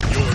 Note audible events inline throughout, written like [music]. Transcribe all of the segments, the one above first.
You're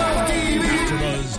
AfterBuzz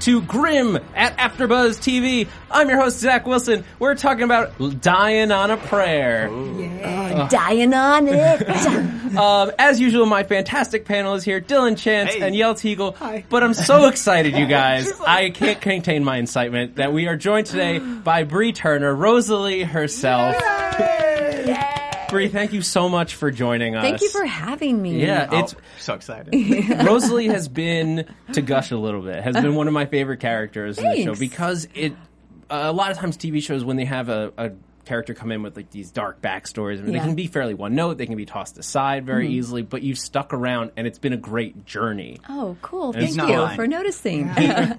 to Grim at AfterBuzz TV. I'm your host Zach Wilson. We're talking about dying on a prayer. dying on it. Um, as usual, my fantastic panel is here: Dylan Chance and Yel Teagle. But I'm so excited, [laughs] you guys! I can't contain my excitement that we are joined [gasps] today by Bree Turner, Rosalie herself. Bree, thank you so much for joining us. Thank you for having me. yeah, it's Oh, So [laughs] excited. Rosalie has been to gush a little bit. Has been one of my favorite characters in the show Thanks. because it. a lot of times, TV shows when they have a, a character come in with like these dark backstories, I mean, Yeah. Mm-hmm. they can be fairly one note. They can be tossed aside very easily, but you've stuck around, and it's been a great journey. Oh, cool. It's Thank not you mine. for noticing.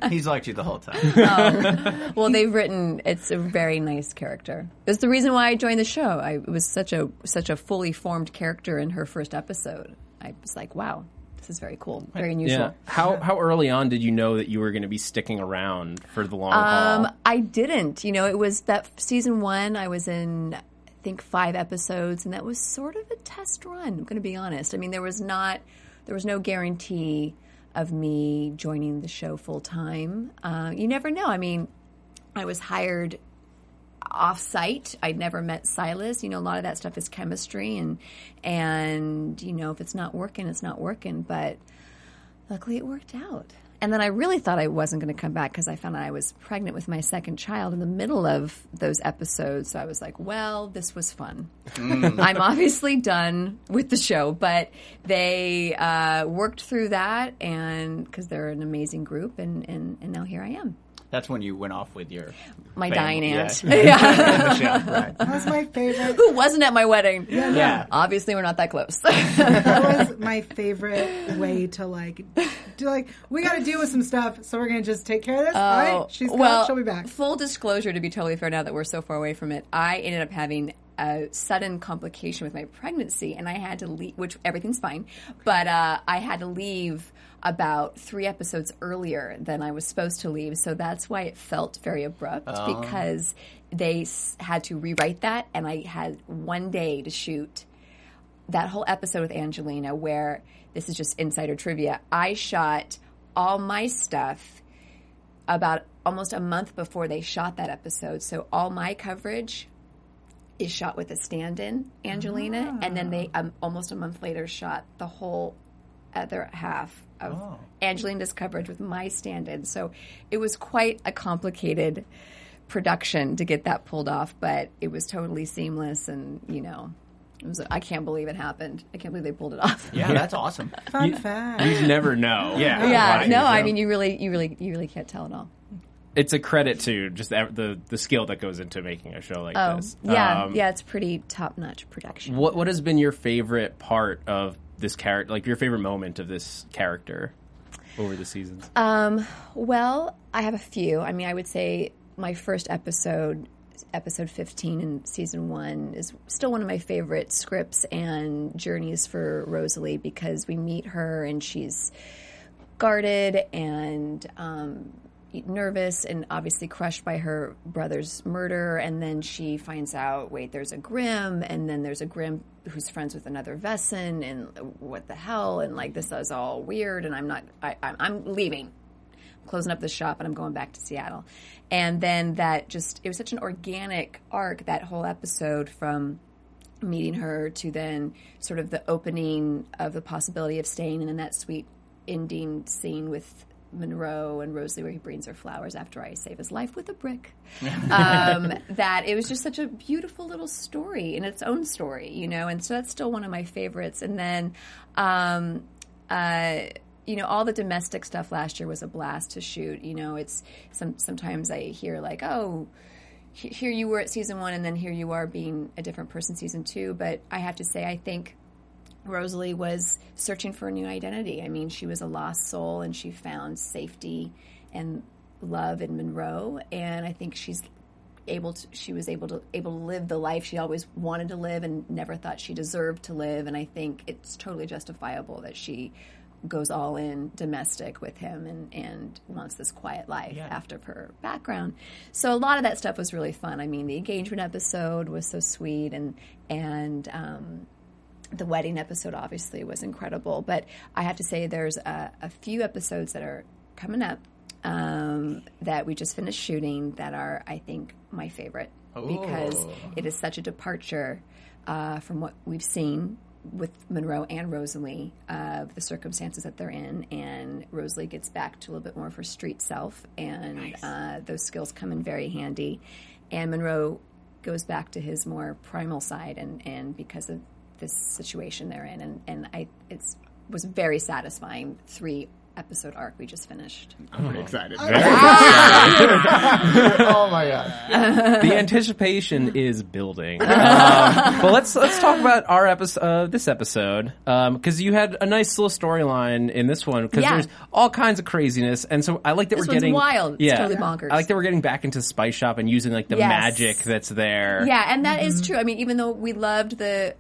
He's liked you the whole time. [laughs] well, they've written it's a very nice character. It's the reason why I joined the show. I it was such a such a fully formed character in her first episode. I was like, wow, this is very cool. Very unusual. Yeah. How how early on did you know that you were going to be sticking around for the long Um, haul? I didn't. You know, it was that season one. I was in, I think, five episodes, and that was sort of a test run. I'm going to be honest. I mean, there was not, there was no guarantee of me joining the show full time. Uh, you never know. I mean, I was hired off site. I'd never met Silas. You know, a lot of that stuff is chemistry, and and you know, if it's not working, it's not working. But luckily, it worked out. And then I really thought I wasn't going to come back because I found out I was pregnant with my second child in the middle of those episodes. So I was like, well, this was fun. I'm obviously done with the show, but they uh, worked through that and because they're an amazing group, and, and, and now here I am. That's when you went off with your My family. dying aunt. Yeah. [laughs] yeah. Michelle, right. That was my favorite. [laughs] who wasn't at my wedding. Yeah. Obviously, we're not that close. [laughs] That was my favorite way to like do like we got to deal with some stuff, so we're gonna just take care of this. All right, she's gone. well, she'll be back. Full disclosure, to be totally fair, now that we're so far away from it, I ended up having a sudden complication with my pregnancy, and I had to leave. Which everything's fine, but uh, I had to leave about three episodes earlier than I was supposed to leave. So that's why it felt very abrupt because they s- had to rewrite that, and I had one day to shoot. that whole episode with Angelina where this is just insider trivia. I shot all my stuff about almost a month before they shot that episode. So all my coverage is shot with a stand-in Angelina and then they um, almost a month later shot the whole other half of Angelina's coverage with my stand-in. So it was quite a complicated production to get that pulled off, but it was totally seamless and, you know, it was I can't believe it happened. I can't believe they pulled it off. Yeah, that's awesome. Fun fact. You never know. Yeah. [laughs] Yeah, Right. no, I mean you really you really you really can't tell at all. It's a credit to just ev- the the skill that goes into making a show like this. Oh, Yeah, Um, yeah, it's pretty top-notch production. What what has been your favorite part of this character? Like your favorite moment of this character over the seasons? Uh, Well, I have a few. I mean, I would say my first episode, episode 15 in season one, is still one of my favorite scripts and journeys for Rosalie because we meet her and she's guarded and um, nervous and obviously crushed by her brother's murder. And then she finds out, wait, there's a Grim, and then there's a Grim who's friends with another Vesson, and what the hell? And like, this is all weird, and I'm not, I, I'm, I'm leaving closing up the shop and I'm going back to Seattle. And then that just, it was such an organic arc, that whole episode from meeting her to then sort of the opening of the possibility of staying and then that sweet ending scene with Monroe and Rosalie where he brings her flowers after I save his life with a brick. um, that it was just such a beautiful little story in its own story, you know, and so that's still one of my favorites. And then, um, uh, you know, all the domestic stuff last year was a blast to shoot. You know, it's some sometimes I hear like, oh, he- here you were at season one, and then here you are being a different person season two. But I have to say, I think Rosalie was searching for a new identity. I mean, she was a lost soul and she found safety and love in Monroe. And I think she's able to, she was able to, able to live the life she always wanted to live and never thought she deserved to live. And I think it's totally justifiable that she goes all in domestic with him and, and wants this quiet life after her background. So a lot of that stuff was really fun. I mean, the engagement episode was so sweet and, and, um, the wedding episode obviously was incredible, but I have to say there's a, a few episodes that are coming up um, that we just finished shooting that are, I think, my favorite because Oh. it is such a departure uh, from what we've seen with Monroe and Rosalie of the circumstances that they're in, and Rosalie gets back to a little bit more of her street self, and uh, those skills come in very handy. And Monroe goes back to his more primal side, and, and because of this situation they're in, and, and I it's was a very satisfying three episode arc we just finished. I'm pretty excited. oh my god! the [laughs] anticipation is building. Um, but let's let's talk about our episode, uh, this episode, because you had a nice little storyline in this one. Because Yeah. there's all kinds of craziness, and so I like that This we're one's getting wild. It's Yeah, totally bonkers. I like that we're getting back into Spice Shop and using like the Yes. magic that's there. Yeah, and that is Mm-hmm. true. I mean, even though we loved the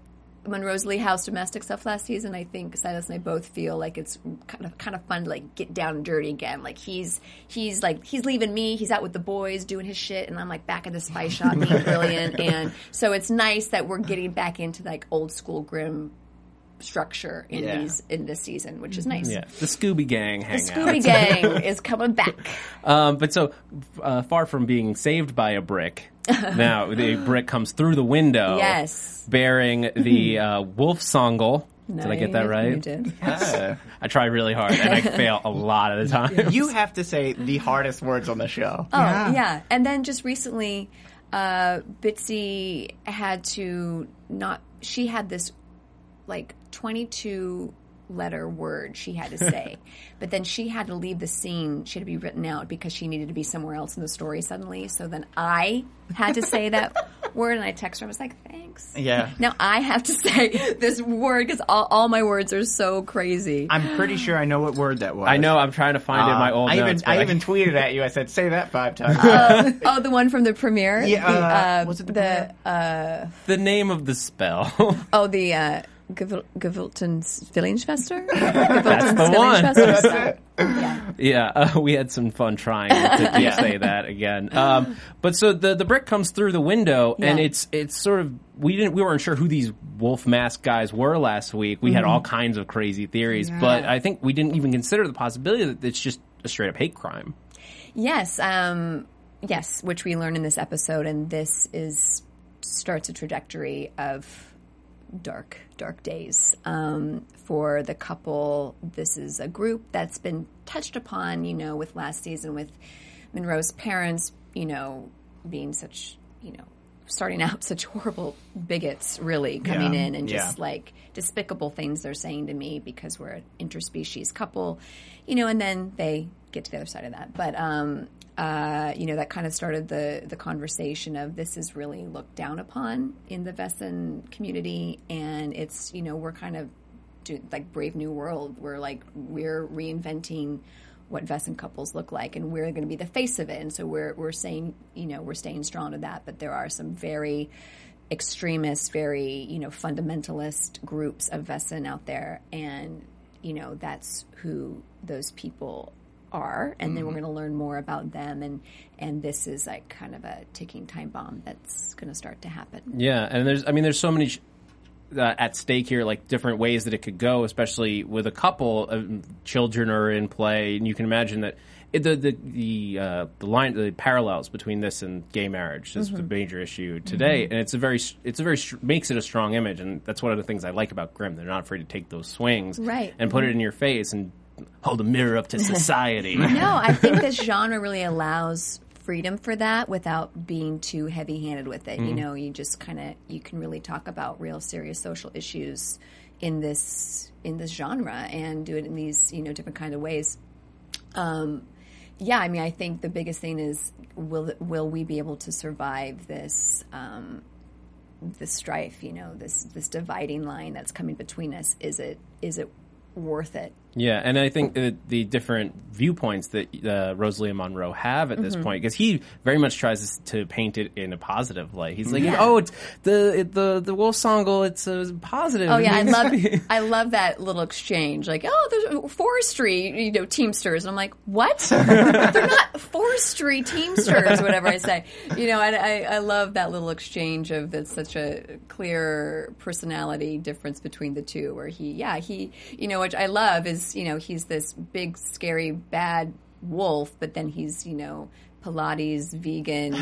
Monroe's Lee House domestic stuff last season, I think Silas and I both feel like it's kind of kind of fun to like get down and dirty again. Like he's he's like he's leaving me, he's out with the boys doing his shit, and I'm like back in the spy shop [laughs] being brilliant. And so it's nice that we're getting back into like old school grim structure in Yeah. these in this season, which is nice. Mm-hmm. Yeah, the Scooby Gang The hangout. [laughs] Scooby Gang is coming back. Um, but so uh, far from being saved by a [laughs] brick, now the brick comes through the window. Yes. [laughs] bearing the uh, wolf songle. Did I get that right? You did. Ah. I try really hard and [laughs] I fail a lot of the time. you have to say the hardest words on the show. Oh, Yeah. yeah. And then just recently, uh, Bitsy had to not, she had this like 22 letter word she had [laughs] to say. but then she had to leave the scene. She had to be written out because she needed to be somewhere else in the story suddenly. So then I had to say [laughs] that word and I texted her. I was like, thanks. Yeah. Now I have to say [laughs] this word because all, all my words are so crazy. I'm pretty sure I know what word that was. [laughs] I know I'm trying to find it in my Um, old I even notes, but I even tweeted at you. I said, "Say that five times." [laughs] oh, the one from the premiere? Yeah, The, uh, Um, was it the premiere? [laughs] the name of the spell. [laughs] Oh, the uh, Gewil- [laughs] Gewiltens Villingfester? That's the one. [laughs] [laughs] Villingfester. yeah. yeah, [laughs] uh, we had some fun trying to to say that again. Um, but so the the brick comes through the window, and Yeah. it's it's sort of we didn't we weren't sure who these wolf mask guys were last week. We had all kinds of crazy theories, Yeah. but I think we didn't even consider the possibility that it's just a straight up hate crime. Yes. Um, yes, which we learn in this episode, and this is starts a trajectory of dark, dark days um, for the couple. This is a group that's been touched upon, you know, with last season with Monroe's parents, you know, being such, you know, starting [laughs] out such horrible bigots, really coming Yeah. in and just Yeah. like despicable things they're saying to me because we're an interspecies couple, you know, and then they get to the other side of that. But, um, uh, you know, that kind of started the, the conversation of this is really looked down upon in the Vesson community. And it's, you know, we're kind of do, like Brave New World. We're like, we're reinventing what Vesson couples look like and we're going to be the face of it. And so we're, we're saying, you know, we're staying strong to that. But there are some very, extremist, very you know fundamentalist groups of Vesson out there, and you know that's who those people are. And then we're going to learn more about them, and and this is like kind of a ticking time bomb that's going to start to happen. Yeah, and there's I mean there's so many sh- uh, at stake here, like different ways that it could go, especially with a couple um, children are in play, and you can imagine that it, the the the uh, the line the parallels between this and gay marriage is Mm-hmm. the major issue today, and it's a very s- it's a very s- makes it a strong image, and that's one of the things I like about Grimm. They're not afraid to take those swings, Right. Mm-hmm. and put it in your face and hold a mirror [laughs] up to society. [laughs] No, I think this genre really allows freedom for that without being too heavy-handed with it. You know, you just kind of you can really talk about real serious social issues in this in this genre and do it in these you know different kind of ways. Um, yeah, I mean, I think the biggest thing is will will we be able to survive this um, this strife? You know, this this dividing line that's coming between us. Is it is it worth it? Yeah, and I think the, the different viewpoints that uh, Rosalia Monroe have at this Mm-hmm. point, because he very much tries to paint it in a positive light. He's like, "Oh, it's the it, the the Wolf Songle. It's uh, positive." Oh yeah, I love I love that little exchange. Like, oh, there's forestry, you know, Teamsters. And I'm like, what? They're not forestry Teamsters, whatever I say. You know, and I, I love that little exchange of that's such a clear personality difference between the two. Where he, yeah, he, you know, which I love is, you know, he's this big, scary, bad wolf, but then he's, you know. Pilates, vegan,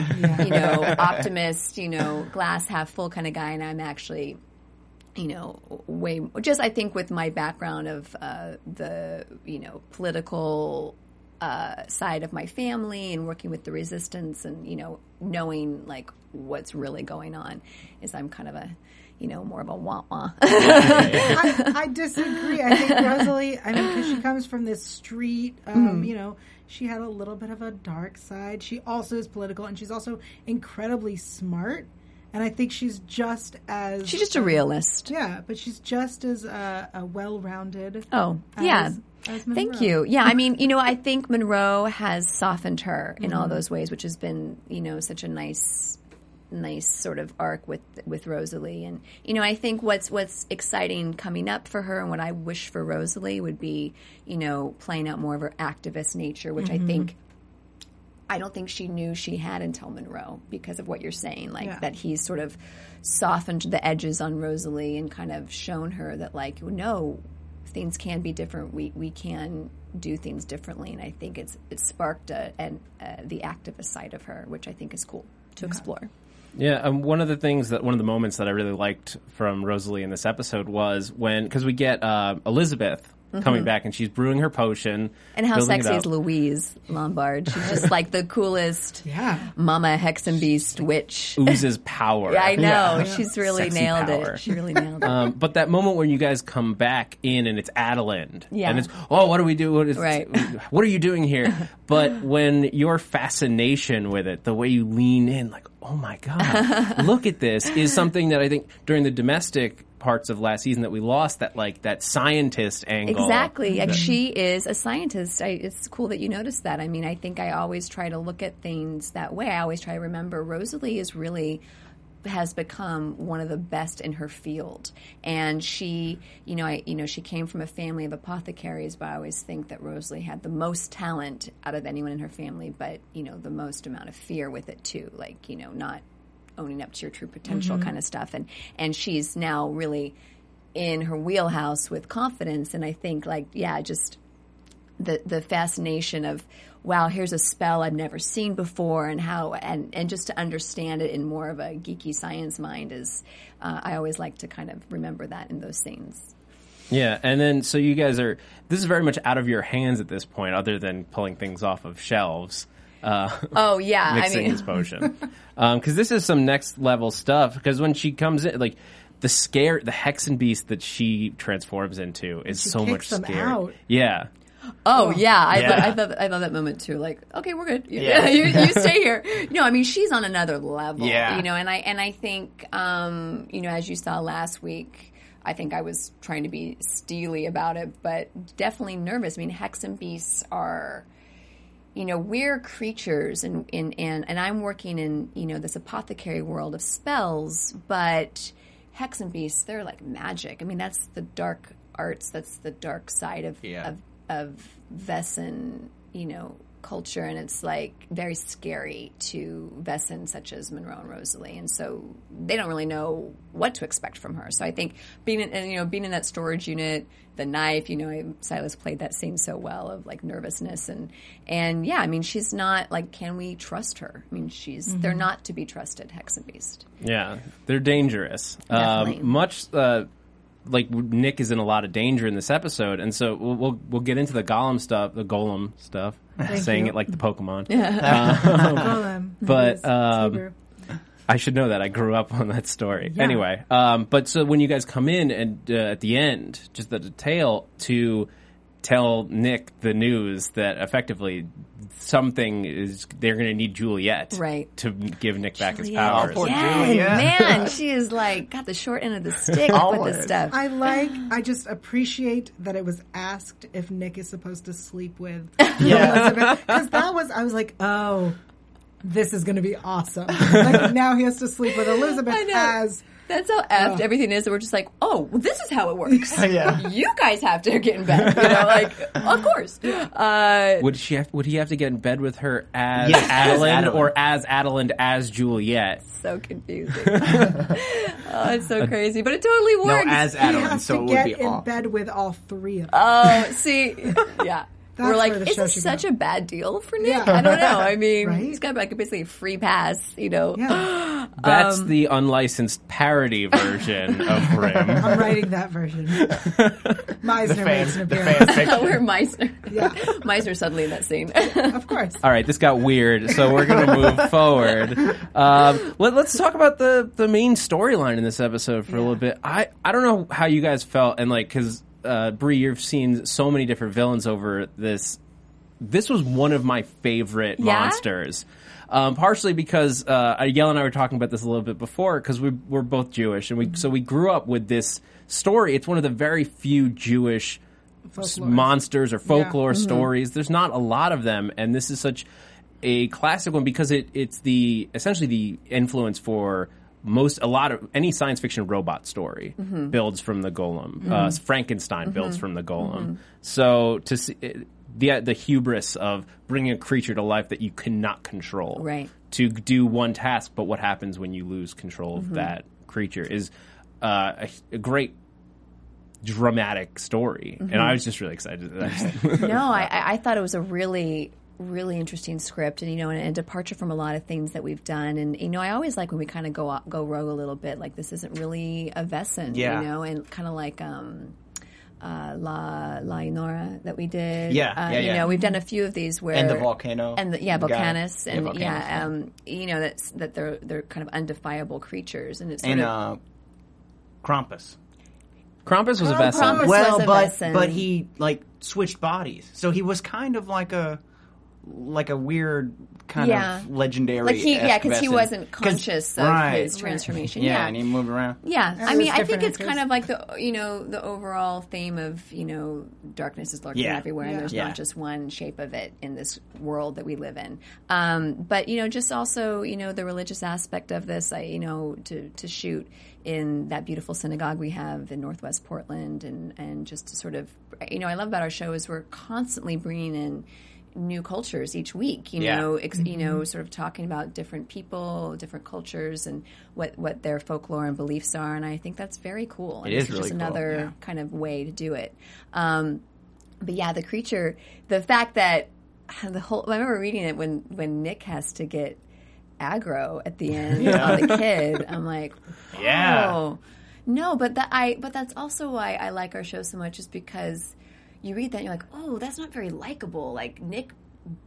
you know, optimist, you know, glass half full kind of guy, and I'm actually you know, way just I think with my background of uh, the you know political uh, side of my family and working with the resistance and you know knowing like what's really going on is I'm kind of a you know more of a wah wah. [laughs] I, I disagree. I [laughs] think Rosalie, I mean, 'cause she comes from this street, um, you know, she had a little bit of a dark side. She also is political and she's also incredibly smart. And I think she's just as. She's just a realist. Yeah, but she's just as uh, a well rounded. Oh, as- yeah. as Thank Monroe. you. Yeah, I mean, you know, I think Monroe has softened her in all those ways, which has been, you know, such a nice nice sort of arc with with Rosalie and you know I think what's what's exciting coming up for her and what I wish for Rosalie would be you know playing out more of her activist nature which I think I don't think she knew she had until Monroe because of what you're saying, like Yeah. that he's sort of softened the edges on Rosalie and kind of shown her that like no, things can be different. We we can do things differently, and I think it's it sparked a, an uh, the activist side of her, which I think is cool to explore. [laughs] Yeah, um, one of the things that one of the moments that I really liked from Rosalie in this episode was when because we get uh, Elizabeth coming back and she's brewing her potion. Mm-hmm. And how building it sexy is up. Louise Lombard? She's [laughs] just like the coolest Yeah. mama hexen beast witch. oozes power? [laughs] Yeah, I know she's really Sexy nailed power. it. She really [laughs] nailed it. Um, but that moment when you guys come back in and it's Adeland, Yeah. and it's oh, what do we do? What is Right. What are you doing [laughs] here? But when your fascination with it, the way you lean in, like oh my god, [laughs] look at this, is something that I think during the domestic parts of last season that we lost that like that scientist angle Exactly. Like she is a scientist. I, it's cool that you noticed that. I mean, I think I always try to look at things that way. I always try to remember Rosalie is really has become one of the best in her field. And she, you know, I, you know, she came from a family of apothecaries, but I always think that Rosalie had the most talent out of anyone in her family, but you know, the most amount of fear with it too. Like, you know, not owning up to your true potential kind of stuff and and she's now really in her wheelhouse with confidence and i think like yeah just the the fascination of wow here's a spell i've never seen before and how and and just to understand it in more of a geeky science mind is uh, i always like to kind of remember that in those scenes Yeah, and then so you guys are. This is very much out of your hands at this point, other than pulling things off of shelves, uh, oh yeah i mixing mean [laughs] this potion. Because this is some next level stuff. Because when she comes in, like the scare, the hexen beast that she transforms into is so kicks much them scary. out. Yeah, Oh yeah, I, Yeah. Love, I love I love that moment too. Like, okay, we're good. You, Yeah. [laughs] you, [laughs] you stay here. No, I mean she's on another level. Yeah. you know, and I and I think um, you know as you saw last week, I think I was trying to be steely about it, but definitely nervous. I mean, hex and beasts are you know we're creatures and in and and I'm working in you know this apothecary world of spells, but hex and beasts they're like magic. I mean that's the dark arts. That's the dark side of Yeah. of of Vessen you know culture, and it's like very scary to Vessen such as Monroe and Rosalie, and so they don't really know what to expect from her. So I think being in, and, you know being in that storage unit, the knife, you know, I- Silas played that scene so well of like nervousness and and yeah, I mean she's not like can we trust her? I mean she's they're not to be trusted, Hex and Beast. yeah, they're dangerous. Definitely. Um, much. Uh, like Nick is in a lot of danger in this episode, and so we'll we'll, we'll get into the golem stuff, the golem stuff, saying you. it like the Pokemon. Tell them. But Yes, um, Subaru. I should know that. I grew up on that story. Yeah. Anyway, um, but so when you guys come in and uh, at the end, just the detail to tell Nick the news that effectively something is they're going to need Juliet Right. to give Nick back his Juliet. powers. poor Yeah, Julia. [laughs] man, she is like got the short end of the stick with Always. this stuff. I like. I just appreciate that it was asked if Nick is supposed to sleep with Elizabeth because that was. I was like, oh, this is going to be awesome. Like now he has to sleep with Elizabeth as uh, That's how effed everything is. That we're just like, oh, well, this is how it [laughs] works. Yeah. You guys have to get in bed. You know, like, of course. Uh, Would she have, would he have to get in bed with her as Yes, as Adeline, Adeline. or as Adeline as Juliet? so confusing. [laughs] oh, it's so crazy, but it totally No, works. as he Adam, has so it to would get be in off. bed with all three of them. Oh, [laughs] see, yeah. That's We're like, where the is show this should such go. a bad deal for Nick? Yeah. I don't know. [laughs] I mean, Right? he's got like a basically a free pass, you know. yeah, That's Um, the unlicensed parody version of Grimm. I'm writing [laughs] that version. Meisner makes Fan, an the appearance. fan fiction. [laughs] Where Meisner, [laughs] Yeah. Meisner suddenly in that [laughs] scene. Of course. All right, this got weird, so we're going to move forward. Um, let, us talk about the, the main storyline in this episode for a little bit. I, I don't know how you guys felt, and like, because uh, Brie, you've seen so many different villains over this. This was one of my favorite Yeah? monsters, um, partially because uh, Yael and I were talking about this a little bit before because we we're both Jewish, and we so we grew up with this story. It's one of the very few Jewish s- Folklores. monsters or folklore stories. There's not a lot of them, and this is such a classic one because it it's the essentially the influence for most a lot of any science fiction robot story builds from the golem. Uh, Frankenstein builds from the golem. So to see. It, the, the hubris of bringing a creature to life that you cannot control Right. to do one task, but what happens when you lose control Mm-hmm. of that creature is uh, a, a great dramatic story. Mm-hmm. And I was just really excited. [laughs] no, I, I I thought it was a really, really interesting script, and you know, and, and departure from a lot of things that we've done. And you know, I always like when we kind of go out- go rogue a little bit. Like this isn't really a Vesson, Yeah. you know, and kind of like. um uh, La La Inora that we did, Yeah, Uh, yeah, you yeah. know we've done a few of these where And the volcano and the, yeah guy. Volcanus Yeah, and yeah, Volcanus, um, you know that's that they're they're kind of undefiable creatures and it's sort and of, uh, Krampus. Krampus was a best Oh, Krampus- son. well, was a but lesson. but he like switched bodies, so he was kind of like a like a weird kind Yeah. of legendary. like he yeah because he effervescent- wasn't 'cause- conscious of right. his transformation Yeah, and he moved around. Yeah, I there's mean, I think different it's actors. kind of like the you know the overall theme of you know darkness is lurking Yeah. everywhere, Yeah. and there's Yeah. not just one shape of it in this world that we live in. Um, but you know, just also you know the religious aspect of this. I, you know, to to shoot in that beautiful synagogue we have in Northwest Portland, and and just to sort of you know, I love about our show is we're constantly bringing in new cultures each week. You Yeah. know, ex- you know, sort of talking about different people, different cultures, and what what their folklore and beliefs are. And I think that's very cool. And It is it's just really cool, another yeah. kind of way to do it. Um, but yeah, the creature, the fact that the whole. I remember reading it when when Nick has to get aggro at the end on the kid. I'm like, Yeah. wow. Oh. No, but that I but that's also why I like our show so much is because you read that and you're like, oh, that's not very likable. Like Nick,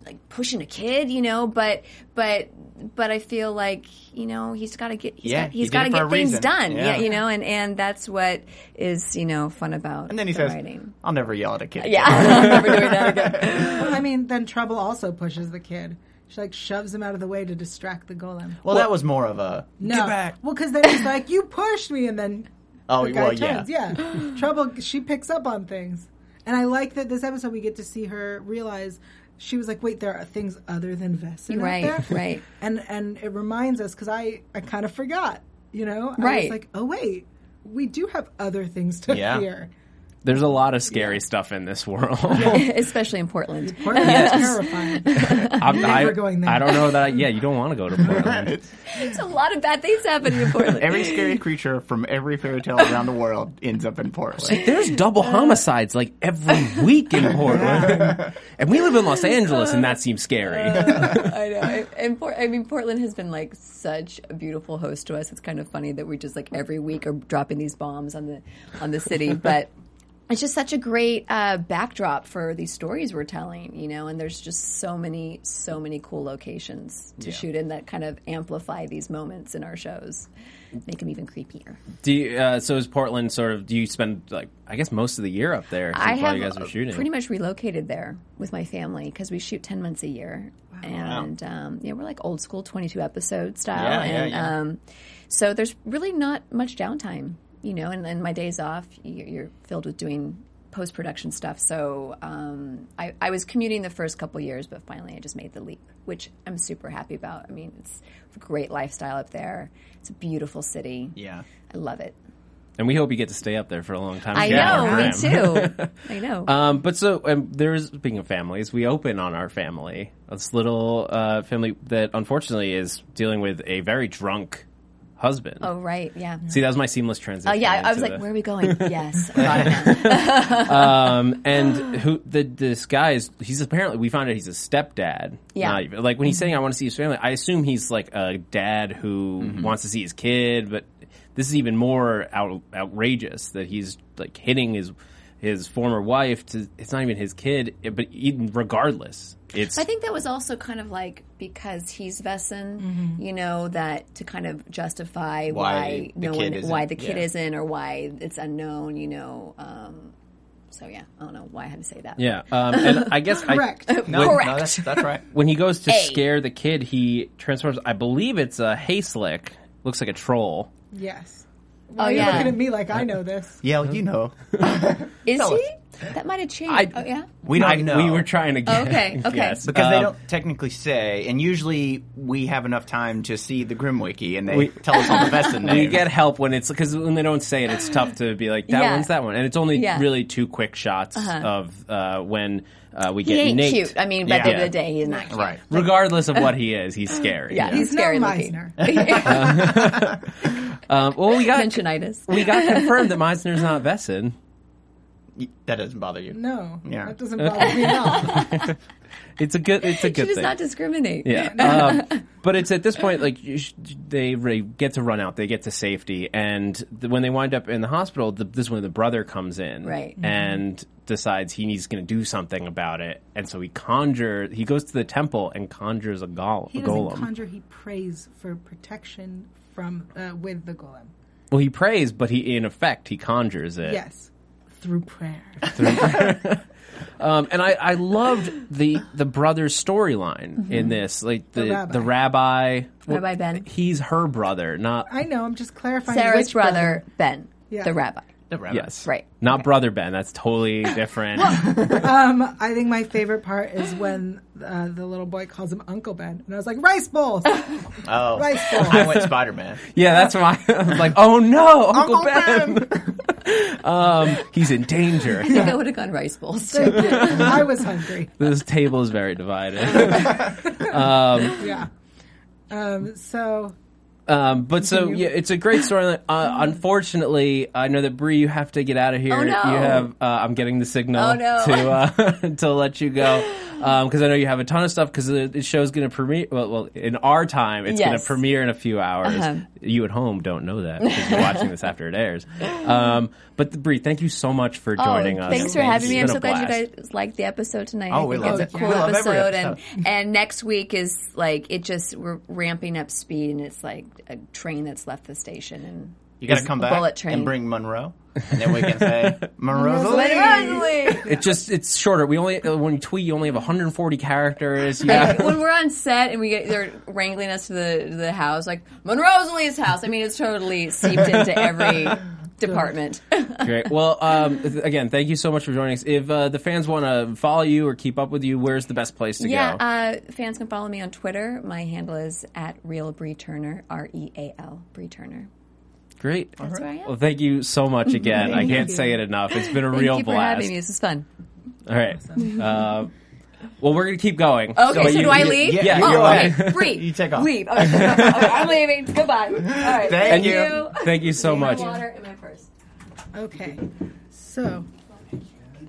like pushing a kid, you know. But but but I feel like you know he's got to get he's Yeah, got, he he's did got it to for get a things reason. done. Yeah. Yeah. you know, and and that's what is you know fun about And then he the says, writing. "I'll never yell at a kid." Yeah, [laughs] I'll never doing that again. Well, I mean, then Trouble also pushes the kid. She like shoves him out of the way to distract the golem. Well, that was more of a No. get back. Well, because then he's like, "You pushed me," and then Oh, the guy well, yeah. turns. Yeah. [laughs] Trouble. She picks up on things, and I like that this episode we get to see her realize she was like, "Wait, there are things other than Vessin Right, out there." right. And and it reminds us because I I kind of forgot. You know, I Right. was like, "Oh wait, we do have other things to Yeah. fear." There's a lot of scary stuff in this [laughs] world. especially in Portland. Portland is [laughs] terrifying. I'm, Never going there. I don't know that. I, yeah, you don't want to go to Portland. There's a lot of bad things [laughs] happening in Portland. Every scary creature from every fairy tale around the world ends up in Portland. There's double homicides like every week in Portland, and we live in Los Angeles, and that seems scary. I know. I- And Port- I mean, Portland has been like such a beautiful host to us. It's kind of funny that we just like every week are dropping these bombs on the on the city, but. it's just such a great uh, backdrop for these stories we're telling, you know. And there's just so many, so many cool locations to shoot in that kind of amplify these moments in our shows, make them even creepier. Do you, uh, so is Portland sort of? Do you spend like I guess most of the year up there? since I while have you guys were uh, shooting. pretty much relocated there with my family because we shoot ten months a year, and um, yeah, we're like old school twenty-two episode style, Yeah, yeah, and yeah. Um, so there's really not much downtime, you know. And, and my days off, you- you're filled with doing post-production stuff. So um, I, I was commuting the first couple years, but finally I just made the leap, which I'm super happy about. I mean, it's a great lifestyle up there. It's a beautiful city. Yeah. I love it. and we hope you get to stay up there for a long time. I if you have a know, me program. [laughs] too. I know. Um, but so um, there's speaking of families, we open on our family, this little uh, family that unfortunately is dealing with a very drunk husband. oh right, yeah. See, that was my seamless transition. Oh yeah, I was into like, the- where are we going? yes, I got it now. um, and [gasps] who the this guy is? He's apparently we found out he's a stepdad. Yeah. Mm-hmm. Not even- like when he's saying I want to see his family, I assume he's like a dad who Mm-hmm. wants to see his kid. But this is even more out, outrageous that he's like hitting his his former wife. To it's not even his kid, it- but even regardless, it's I think that was also kind of like because he's Vesson, you know, that to kind of justify why, Why the no kid one, isn't, why the kid yeah. isn't, or why it's unknown, you know. Um, so yeah, I don't know why I had to say that. yeah. Um, and I [laughs] guess I- Correct. [laughs] Oh. No, no, Correct. that's, that's right. when he goes to Hey. scare the kid, he transforms. I believe it's a hay slick. Looks like a troll. Yes. Oh You're yeah, looking at me like I know this. Yeah, you know. is Tell us. he? That might have changed. I- oh yeah. We don't I- know. We were trying to get [laughs] Okay, okay. guess. because they Um, don't technically say, and usually we have enough time to see the Grim Wiki, and they tell us all the best [laughs] in We names. get help when it's because when they don't say it, it's tough to be like that Yeah. one's that one, and it's only Yeah. Uh-huh. really two quick shots of uh, when uh, we He get ain't Nate. cute. I mean, by the Yeah. end of the day, he's not cute. right. Regardless of what [laughs] he is, he's scary. Yeah, He's no scary looking. Meisner. Um, well, we got Mentionitis. we got confirmed that Meisner's not Vesson. that doesn't bother you. No, Yeah. that doesn't bother [laughs] me at all. It's a good. It's a She good does thing. not discriminate. Yeah. [laughs] Um, but it's at this point, like, you sh- they re- get to run out, they get to safety, and th- when they wind up in the hospital, the, this is when the brother comes in. Right. Mm-hmm. And decides he needs going to do something about it. And so he conjure, he goes to the temple and conjures a, gol- He a doesn't golem. conjure. He prays for protection from uh, with the golem. well, he prays, but he, in effect, he conjures it. Yes, through prayer. Um, and I, I loved the the brother's storyline in this. Like, the, the rabbi. rabbi. well, Mm-hmm. Rabbi Ben. He's her brother, not. I know. I'm just clarifying. Sarah's which brother Ben, Yeah. the rabbi. The rabbit. Yes. Right. Not brother Ben. That's [laughs] totally different. Um, I think my favorite part is when uh, the little boy calls him Uncle Ben, and I was like, rice bowls, Oh, rice bowls. I went Spider Man. Yeah, that's why [laughs] I was like, oh no, [laughs] Uncle, Uncle Ben. um, [laughs] he's in danger. [laughs] I think I would have gone rice [laughs] bowls. too. I was hungry. [laughs] This table is very [laughs] divided. Yeah. Um, so Um, but so yeah, it's a great storyline. Uh, unfortunately, I know that Bree, you have to get out of here. Oh, no. You have. Uh, I'm getting the signal Oh, no. to [laughs] uh, [laughs] to let you go because I know you have a ton of stuff because the, the show's going to premiere. Well, well, in our time, it's going to Yes. Uh-huh. premiere in a few hours. You at home don't know that because you're watching this after it [laughs] airs. Um, but Bree, thank you so much for joining us. Oh, Thanks for It's having me. been I'm a so glad blast. you guys liked the episode tonight. Oh, I we think love it's a it. cool We love every episode, episode. and and next week is like it just we're ramping up speed, and it's like a train that's left the station. And You got to come a bullet back train. and bring Monroe, and then we can [laughs] say But [laughs] Monroe. Rosalie, [laughs] It just it's shorter. We only uh, when you tweet, you only have 140 characters. You have- like, when we're on set and we get they're wrangling us to the to the house, like Monrosalie's house. I mean, it's totally seeped into [laughs] every department. [laughs] Great. Well, um, th- again, thank you so much for joining us. If uh, the fans want to follow you or keep up with you, where's the best place to yeah, go? uh, fans can follow me on Twitter. My handle is at real Bree Turner, R E A L Bree Turner. Great. That's where I am. Well, thank you so [laughs] much again. I can't say it enough. It's been a Thank real you for blast. having me. This is fun. All right. [laughs] Uh, well, we're gonna keep going. Okay, so, you- do I you- leave? yeah, yeah, oh, you're okay. right. Free. [laughs] You take off. Leave. Okay, okay, I'm leaving. Goodbye. All right. [laughs] Thank you. Thank you [laughs] so My much. water and my purse. okay, so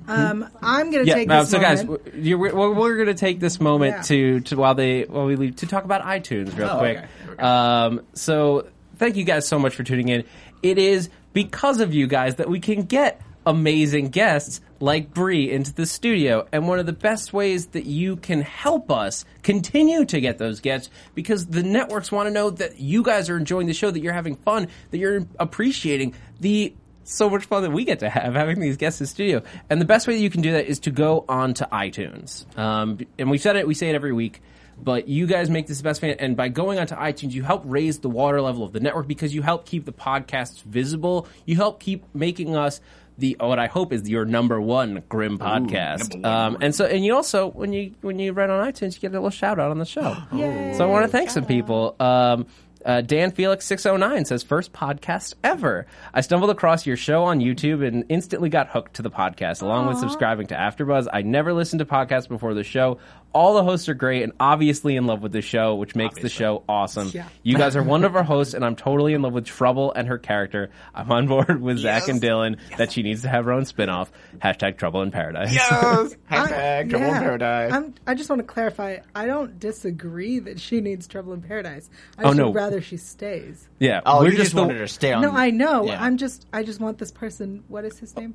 um, I'm gonna Yeah. take uh, this so, guys, moment. w- you, we're, we're going to take this moment Yeah. to, to while they while we leave to talk about iTunes real quick. Um, so, thank you guys so much for tuning in. It is because of you guys that we can get. amazing guests like Bree into the studio. And one of the best ways that you can help us continue to get those guests because the networks want to know that you guys are enjoying the show, that you're having fun, that you're appreciating the so much fun that we get to have having these guests in studio. And the best way that you can do that is to go on to iTunes. Um, and we've said it, we say it every week. But you guys make this the best fan, and by going onto iTunes, you help raise the water level of the network because you help keep the podcasts visible. You help keep making us the what I hope is your number one grim podcast. number one. um, and so, and you also when you when you write on iTunes, you get a little shout out on the show. So I want to thank some people. Um, uh, Dan Felix six oh nine says first podcast ever. I stumbled across your show on YouTube and instantly got hooked to the podcast, along with subscribing to AfterBuzz. I never listened to podcasts before the show. All the hosts are great and obviously in love with the show, which makes the show awesome. You guys are one of our hosts, and I'm totally in love with Trouble and her character. I'm on board with Zach and Dylan that she needs to have her own spinoff. Hashtag Trouble in Paradise. Yes. I, Hashtag trouble in yeah. paradise. I'm, I just want to clarify. I don't disagree that she needs trouble in paradise. I Oh, just no. would rather she stays. [laughs] Yeah, oh, we're you just the- wanted to stay on. No, I know. yeah. I'm just. I just want this person. What is his name?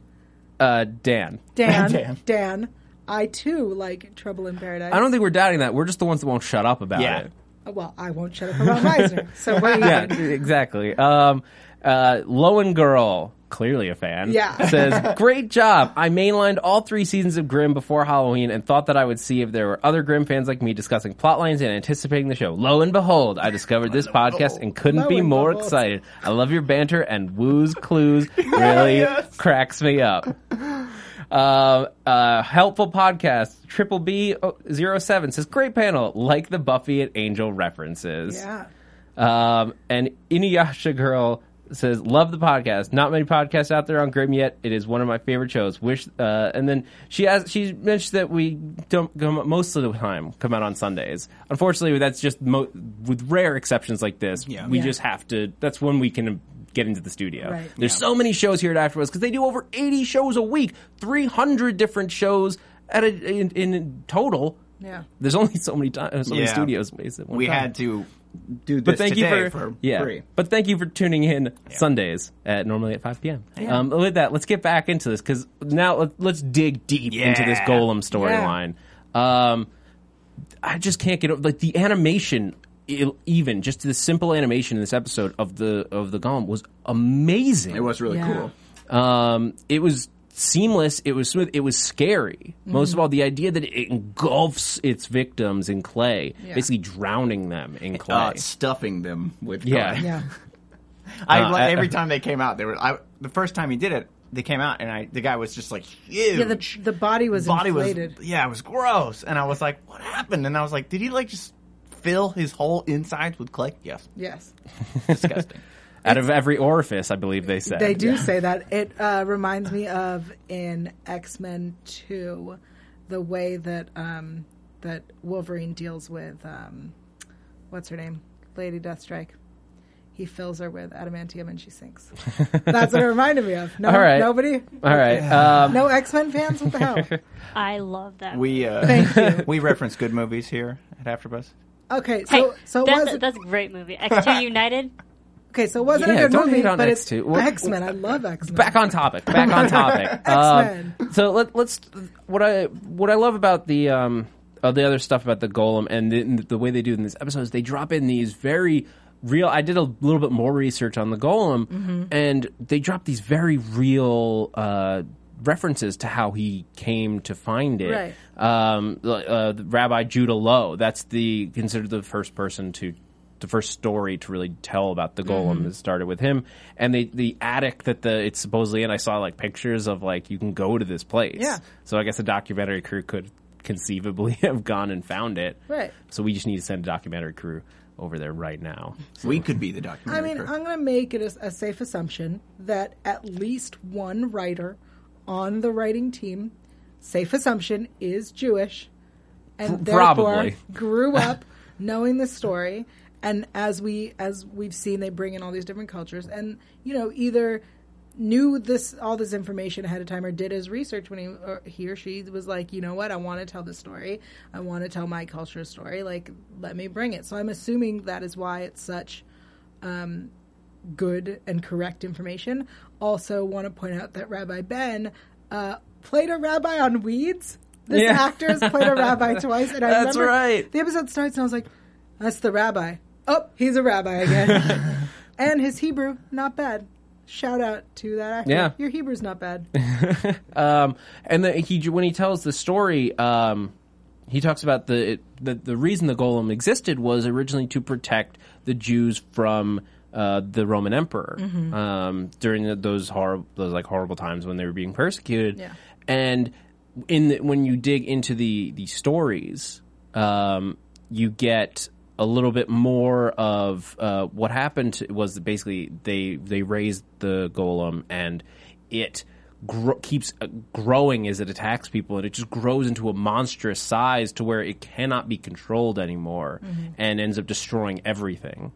uh, Dan. Dan. Dan. Dan. I too like trouble in paradise. Uh, I don't think we're doubting that. We're just the ones that won't shut up about Yeah. it. Well, I won't shut up about Meisner. So what Yeah, [laughs] yeah. exactly. Um, uh, Lowen Girl, clearly a fan, [laughs] Yeah. says, Great job. I mainlined all three seasons of Grimm before Halloween and thought that I would see if there were other Grimm fans like me discussing plot lines and anticipating the show. Lo and behold, I discovered this podcast and couldn't Lo be and more behold. excited. I love your banter and Woo's [laughs] Clues really cracks me up. Uh, uh, helpful podcast triple b oh, 07 says great panel like the buffy and angel references yeah. um, and Inuyasha Girl says, "Love the podcast. Not many podcasts out there on Grim yet. It is one of my favorite shows. Wish." Uh, and then she has she mentions that we don't come out- most of the time come out on Sundays. Unfortunately, that's just mo- with rare exceptions like this. Yeah. We Yeah. just have to. That's when we can. Get into the studio. Right. There's so many shows here at AfterBuzz because they do over 80 shows a week, 300 different shows at a, in, in total. Yeah. There's only so many times, so many Yeah. studios space at one we time had to do this but thank you today for, for yeah. free. But thank you for tuning in Sundays at normally at five p.m. Um, with that, let's get back into this because now let- let's dig deep into this Yeah. Golem storyline. Um, I just can't get over like the animation. e- Even just the simple animation in this episode of the of the Golem was amazing. It was really Yeah. cool. Um, it was seamless. It was smooth. It was scary. Most Mm-hmm. of all, the idea that it engulfs its victims in clay, basically drowning them in clay. Uh, stuffing them with Yeah. clay. Yeah. I Uh, like I- every time they came out, they were. I, the first time he did it, they came out, and I the guy was just like huge. Yeah. The the body was body inflated. was yeah, it was gross, and I was like, what happened? And I was like, did he like just fill his whole insides with clay? [laughs] Yes, yes. disgusting. out of every orifice, I believe they said. They do say that. It uh, reminds me of in X Men Two, the way that um, that Wolverine deals with um, what's her name, Lady Deathstrike. He fills her with adamantium and [laughs] she sinks. That's what it reminded me of. No, All right. nobody, All right. Um, no X Men fans. What the hell? I love that. We uh, [laughs] Thank you. we reference good movies here at AfterBuzz. Okay, hey, so so it that's, was that's a great movie. [laughs] X2 United. okay, so it wasn't Yeah, a good don't movie, hate on but X2. it's What- X Men. I love X Men. back on topic. Back on [laughs] topic. Um, X-Men. so let, let's. What I what I love about the um, uh, the other stuff about the golem and the, the way they do in this episode is they drop in these very real. I did a little bit more research on the golem, Mm-hmm. and they drop these very real. Uh, References to how he came to find it. Right. Um, uh, uh, Rabbi Judah Lowe. That's the considered the first person to the first story to really tell about the golem Mm-hmm. it started with him and the the attic that the it's supposedly in. I saw like pictures of like you can go to this place. Yeah. So I guess a documentary crew could conceivably [laughs] have gone and found it. Right. So we just need to send a documentary crew over there right now. We could be the I documentary. mean, crew. I'm going to make it a, a safe assumption that at least one writer on the writing team, safe assumption, is Jewish and Pr- therefore probably. [laughs] grew up knowing the story. And as we as we've seen, they bring in all these different cultures, and you know either knew this all this information ahead of time or did his research when he or he or she was like, you know what, I want to tell this story, I want to tell my culture story, like let me bring it. So I'm assuming that is why it's such good and correct information. Also, want to point out that Rabbi Ben uh, played a rabbi on Weeds. This Yeah. actor has played [laughs] a rabbi twice, and I That's remember right. the episode starts, and I was like, "That's the rabbi." Oh, he's a rabbi again, [laughs] and his Hebrew not bad. Shout out to that actor. Yeah. your Hebrew's not [laughs] bad. Um, and then he when he tells the story, um, he talks about the, the the reason the golem existed was originally to protect the Jews from uh, the Roman emperor um, during the, those horrible those like horrible times when they were being persecuted. Yeah. And in the, when you dig into the the stories, um, you get a little bit more of uh, what happened to- was that basically they they raised the golem and it gro- keeps uh, growing as it attacks people and it just grows into a monstrous size to where it cannot be controlled anymore and ends up destroying everything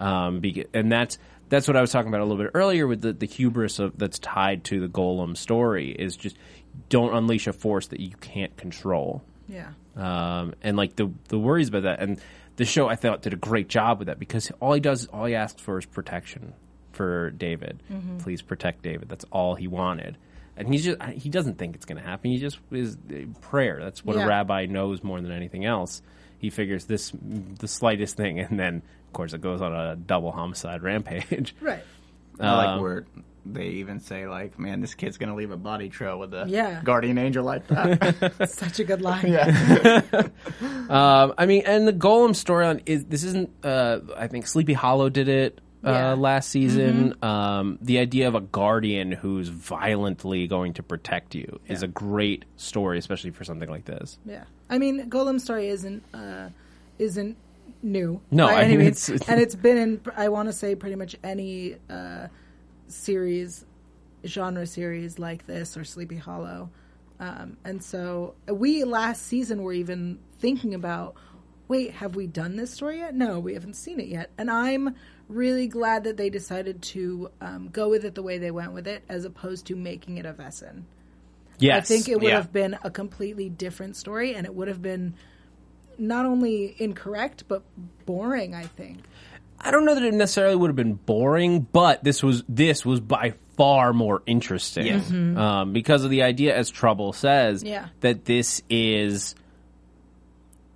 um, beca- and that's that's what I was talking about a little bit earlier with the, the hubris of, that's tied to the golem story is just don't unleash a force that you can't control Yeah, um, and like the the worries about that. And the show I thought did a great job with that because all he does, all he asks for is protection for David. Please protect David. That's all he wanted. And he's just he doesn't think it's going to happen. He just is uh, prayer. That's what Yeah. a rabbi knows more than anything else. He figures this the slightest thing, [laughs] and then of course it goes on a double homicide rampage. right. I like where they even say like, "Man, this kid's gonna leave a body trail with a Yeah. guardian angel like that." Such a good line. Um, I mean, and the Golem storyline is this isn't. Uh, I think Sleepy Hollow did it uh, Yeah. Mm-hmm. last season. Um, the idea of a guardian who's violently going to protect you is a great story, especially for something like this. Yeah, I mean, Golem's story isn't uh, isn't new. No, by I any mean, means. it's- and it's been in I want to say pretty much any uh, series, genre series like this or Sleepy Hollow, um, and so we last season were even thinking about. Wait, have we done this story yet? No, we haven't seen it yet. And I'm really glad that they decided to um, go with it the way they went with it, as opposed to making it a Vesson. Yes, I think it would yeah. have been a completely different story, and it would have been not only incorrect but boring. I think. I don't know that it necessarily would have been boring, but this was this was by far more interesting um, because of the idea, as Trouble says, Mm-hmm. Yeah. that this is.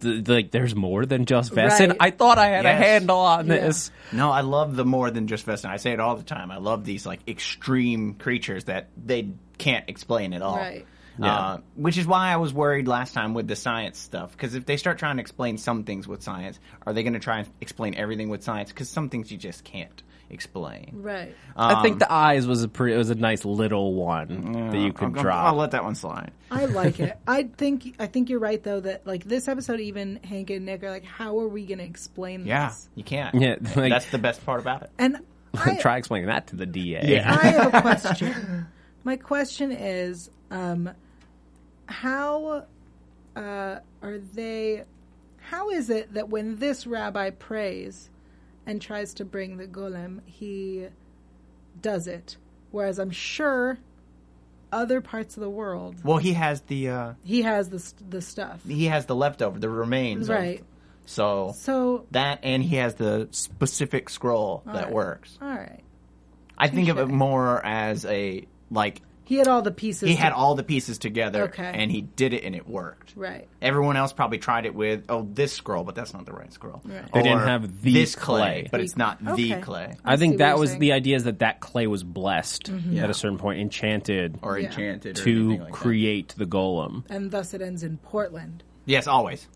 The, like there's more than just Vesson. Right. I thought I had a Yes. handle on this. no, I love the more than just Vestin. I say it all the time. I love these like extreme creatures that they can't explain at all. Right. Uh, which is why I was worried last time with the science stuff. Because if they start trying to explain some things with science, are they going to try and explain everything with science? Because some things you just can't explain. Right. I Um, think the eyes was a pretty, was a nice little one that you could I'll, drop. Uh, I'll let that one slide. I like it. I think. I think you're right though that like this episode, even Hank and Nick are like, how are we going to explain Yeah, this? you can't. [laughs] Yeah, like- that's the best part about it. And I, [laughs] Try explaining that to the DA. [laughs] I have a question. My question is, um, how uh, are they? How is it that when this rabbi prays and tries to bring the golem, he does it? Whereas I'm sure other parts of the world, Well, he has the uh, he has the st- the stuff, he has the leftover, the remains, of- right? so So, that, and he has the specific scroll that right. works. all right, I think of it more as a like he had all the pieces. he to- had all the pieces together, Okay. and he did it, and it worked. right. Everyone else probably tried it with oh this scroll, but that's not the right scroll. Right. They didn't Or have the this clay. but it's not Okay. the clay I see think what that you're was saying. Mm-hmm. the idea is that that clay was blessed Yeah. at a certain point, enchanted or Yeah. enchanted or to anything like that. create the golem. And thus it ends in Portland. [laughs] Yes, always.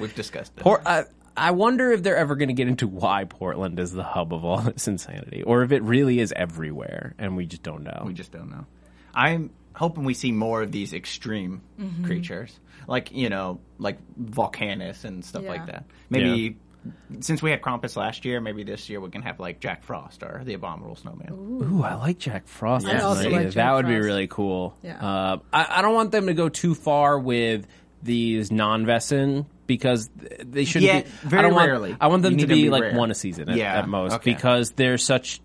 We've discussed it. Or I, I wonder if they're ever going to get into why Portland is the hub of all [laughs] this insanity, or if it really is everywhere and we just don't know. We just don't know. I'm hoping we see more of these extreme Mm-hmm. creatures, like you know, like Volcanus and stuff Yeah. like that. Maybe since we had Krampus last year, maybe this year we can have like Jack Frost or the Abominable Snowman. [laughs] Ooh, I like Jack Frost. I also That's like nice. Jack that would be Frost. really cool. Yeah. Uh, I, I don't want them to go too far with these non-Vessin because th- they shouldn't Yeah, be. very I don't want- rarely. I want them to You need them be, to be like rare. one a season at, Yeah, at most okay. because they're such.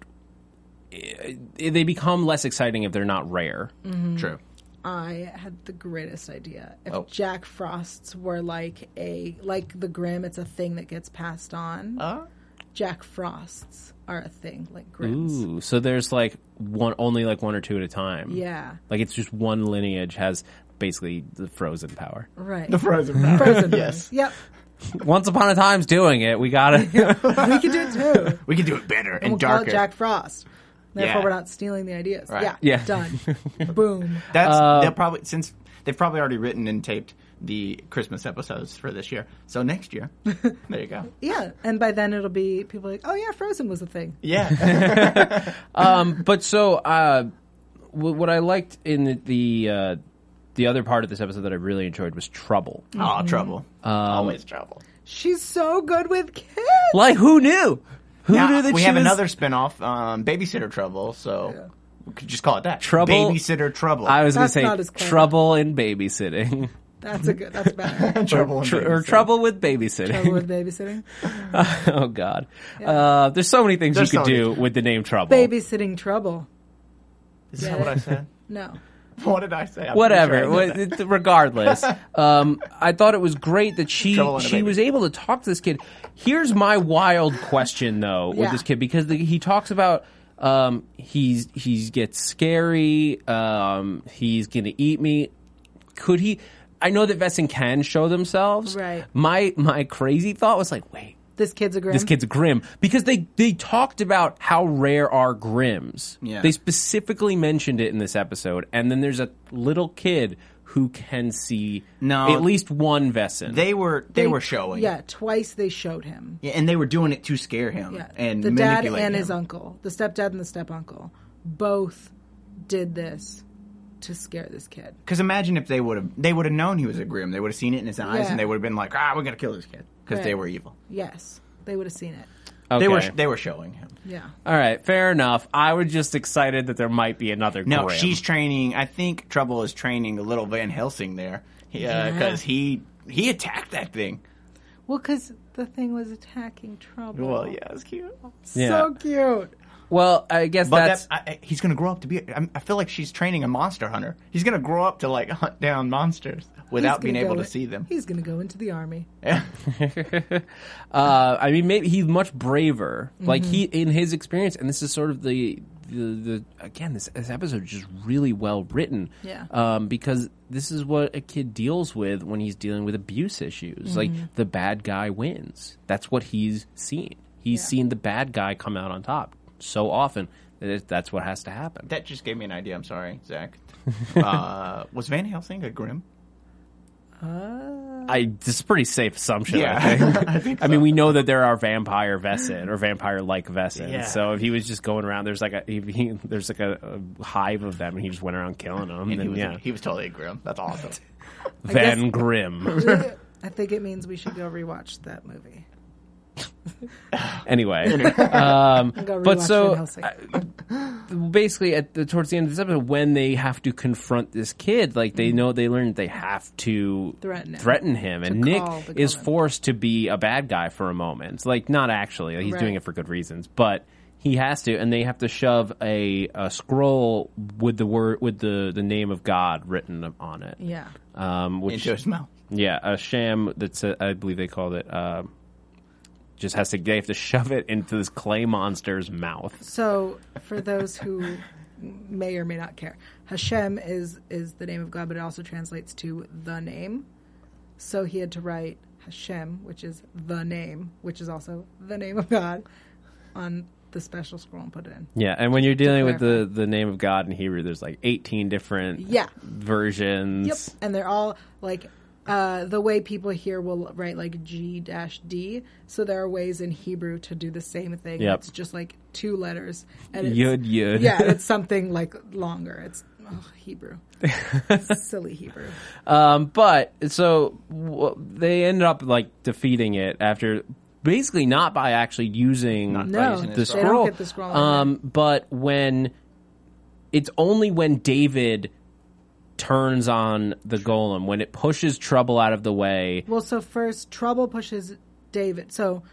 eh, They become less exciting if they're not rare. Mm. Mm-hmm. True. I had the greatest idea. If Oh. Jack Frosts were like a like the Grim, it's a thing that gets passed on. Uh, Jack Frosts are a thing, like grins. Ooh, so there's like one, only like one or two at a time. Yeah, Like it's just one lineage has basically the frozen power. right. Frozen power. Frozen yes. Yep. Once upon a time's doing it. We [laughs] gotta. We could do it [laughs] too. [laughs] We can do it better and we'll call darker. it Jack Frost. Therefore, Yeah. we're not stealing the ideas. Right. Yeah. Yeah. [laughs] Done. Boom. That's they'll probably since they've probably already written and taped the Christmas episodes for this year. So next [laughs] year, there you go. Yeah. And by then, it'll be people are like, oh, yeah, Frozen was a thing. Yeah, but so, uh, w- what I liked in the the, uh, the other part of this episode that I really enjoyed was trouble. oh trouble, always trouble. She's so good with kids. Like who knew? Who Now, knew that we she have was- another spinoff, um, Babysitter Trouble. So we could just call it that. Trouble- Babysitter Trouble. I was going That's not to as say clever. trouble in babysitting That's a good, [laughs] that's better. [laughs] trouble and Tr- or [laughs] Babysitter. trouble with babysitting. Trouble with babysitting. [laughs] oh God, uh, there's so many things There's you so could many do with the name trouble. Babysitting trouble. Is that what I said? No. What did I say? I'm pretty Whatever. sure I said Wha- it- [laughs] regardless, um, I thought it was great that she Trouble and a she baby. was able to talk to this kid. Here's my wild question though with Yeah. this kid because the, he talks about. Um, he's he's gets scary. Um, he's gonna eat me. could he I know that Vesson can show themselves. Right. My my crazy thought was like, wait, This kid's a grim. this kid's a grim because they they talked about how rare are grims. Yeah. They specifically mentioned it in this episode and then there's a little kid who can see No. at least one Vesson. that. They were they, were showing. Yeah, twice they showed him. Yeah, and they were doing it to scare him Yeah. and the dad manipulate and him. his uncle, the stepdad and the step uncle, both did this to scare this kid. Because imagine if they would have they would have known he was a grim. They would have seen it in his eyes, Yeah. and they would have been like, "Ah, we gotta kill this kid," because they Right. were evil. Yes, they would have seen it. okay. They were they were showing him. Yeah. All right, fair enough. I was just excited that there might be another No, grim. she's training. I think Trouble is training a little Van Helsing there, yeah, because he he attacked that thing. Well, because the thing was attacking trouble. Well, yeah, it was cute. Yeah. So cute. Well, I guess But that's that, I, I- he's gonna grow up to be. I, I feel like she's training a monster hunter. He's gonna grow up to like hunt down monsters He's without gonna being able go to in- see them. He's going to go into the army. Uh, I mean, maybe he's much braver. Like he, in his experience, and this is sort of the the, the again, this, this episode is just really well written. Yeah. Um, because this is what a kid deals with when he's dealing with abuse issues. Like the bad guy wins. That's what he's seen. He's seen the bad guy come out on top so often. that it- That's what has to happen. That just gave me an idea. I'm sorry, [laughs] Zach. uh, was Van Helsing a grim? I this is a pretty safe assumption. Yeah. I [laughs] think. I think I mean, we know that there are vampire Vessen or vampire-like Vessen. Yeah. So if he was just going around, there's like a if he, there's like a, a hive of them, and he just went around killing them. And he then was yeah, he was totally a grim. That's awesome. Van [laughs] Grimm. I think it means we should go rewatch that movie. anyway, And go rewatch but Van so Helsing. basically, at the towards the end of this episode, when they have to confront this kid, like they know they learn they have to Threaten him, him. and To Nick call the is gunman. forced to be a bad guy for a moment. Like not actually, like, he's Right. doing it for good reasons, but he has to, and they have to shove a, a scroll with the word with the the name of God written on it. yeah. Um, which Into his mouth. yeah, a sham that's a, I believe they called it. Uh, just has to they have to [laughs] shove it into this clay monster's mouth. So, for those who may or may not care, Hashem is is the name of God, but it also translates to the name. So he had to write Hashem, which is the name, which is also the name of God, on the special scroll and put it in. Yeah, and when you're dealing with the, clarify. the name of God in Hebrew, there's like 18 different Yeah. versions. Yep. And they're all like uh, the way people here will write like G dash D. So there are ways in Hebrew to do the same thing. Yep. It's just like two letters. And it's, Yud yud. Yeah, [laughs] it's something like longer. It's oh, Hebrew. Silly Hebrew. Um, but so w- they ended up like defeating it after basically not by actually using Not No, by using the his They scroll. don't get the scroll in Um, but when it's only when David turns on the golem when it pushes trouble out of the way. Well, so first, trouble pushes David. So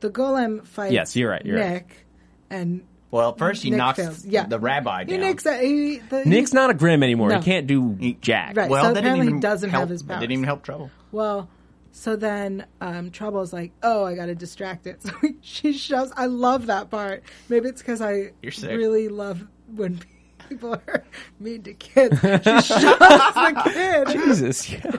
the golem fights Yes, you're right, you're right. Nick. And Well, first he Nick knocks fails. Yeah. the rabbi he down. Nick's a, he, the, Nick's not a grim anymore. No. He can't do jack. Right. well, so that didn't apparently even he doesn't help, have his that powers. Didn't even help trouble. Well, So then um, Trouble is like, oh, I got to distract it. [laughs] So she shoves. I love that part. Maybe it's because I You're sick. really love when people are [laughs] mean to kids. She shoves [laughs] the kid. Jesus. [laughs] Yeah.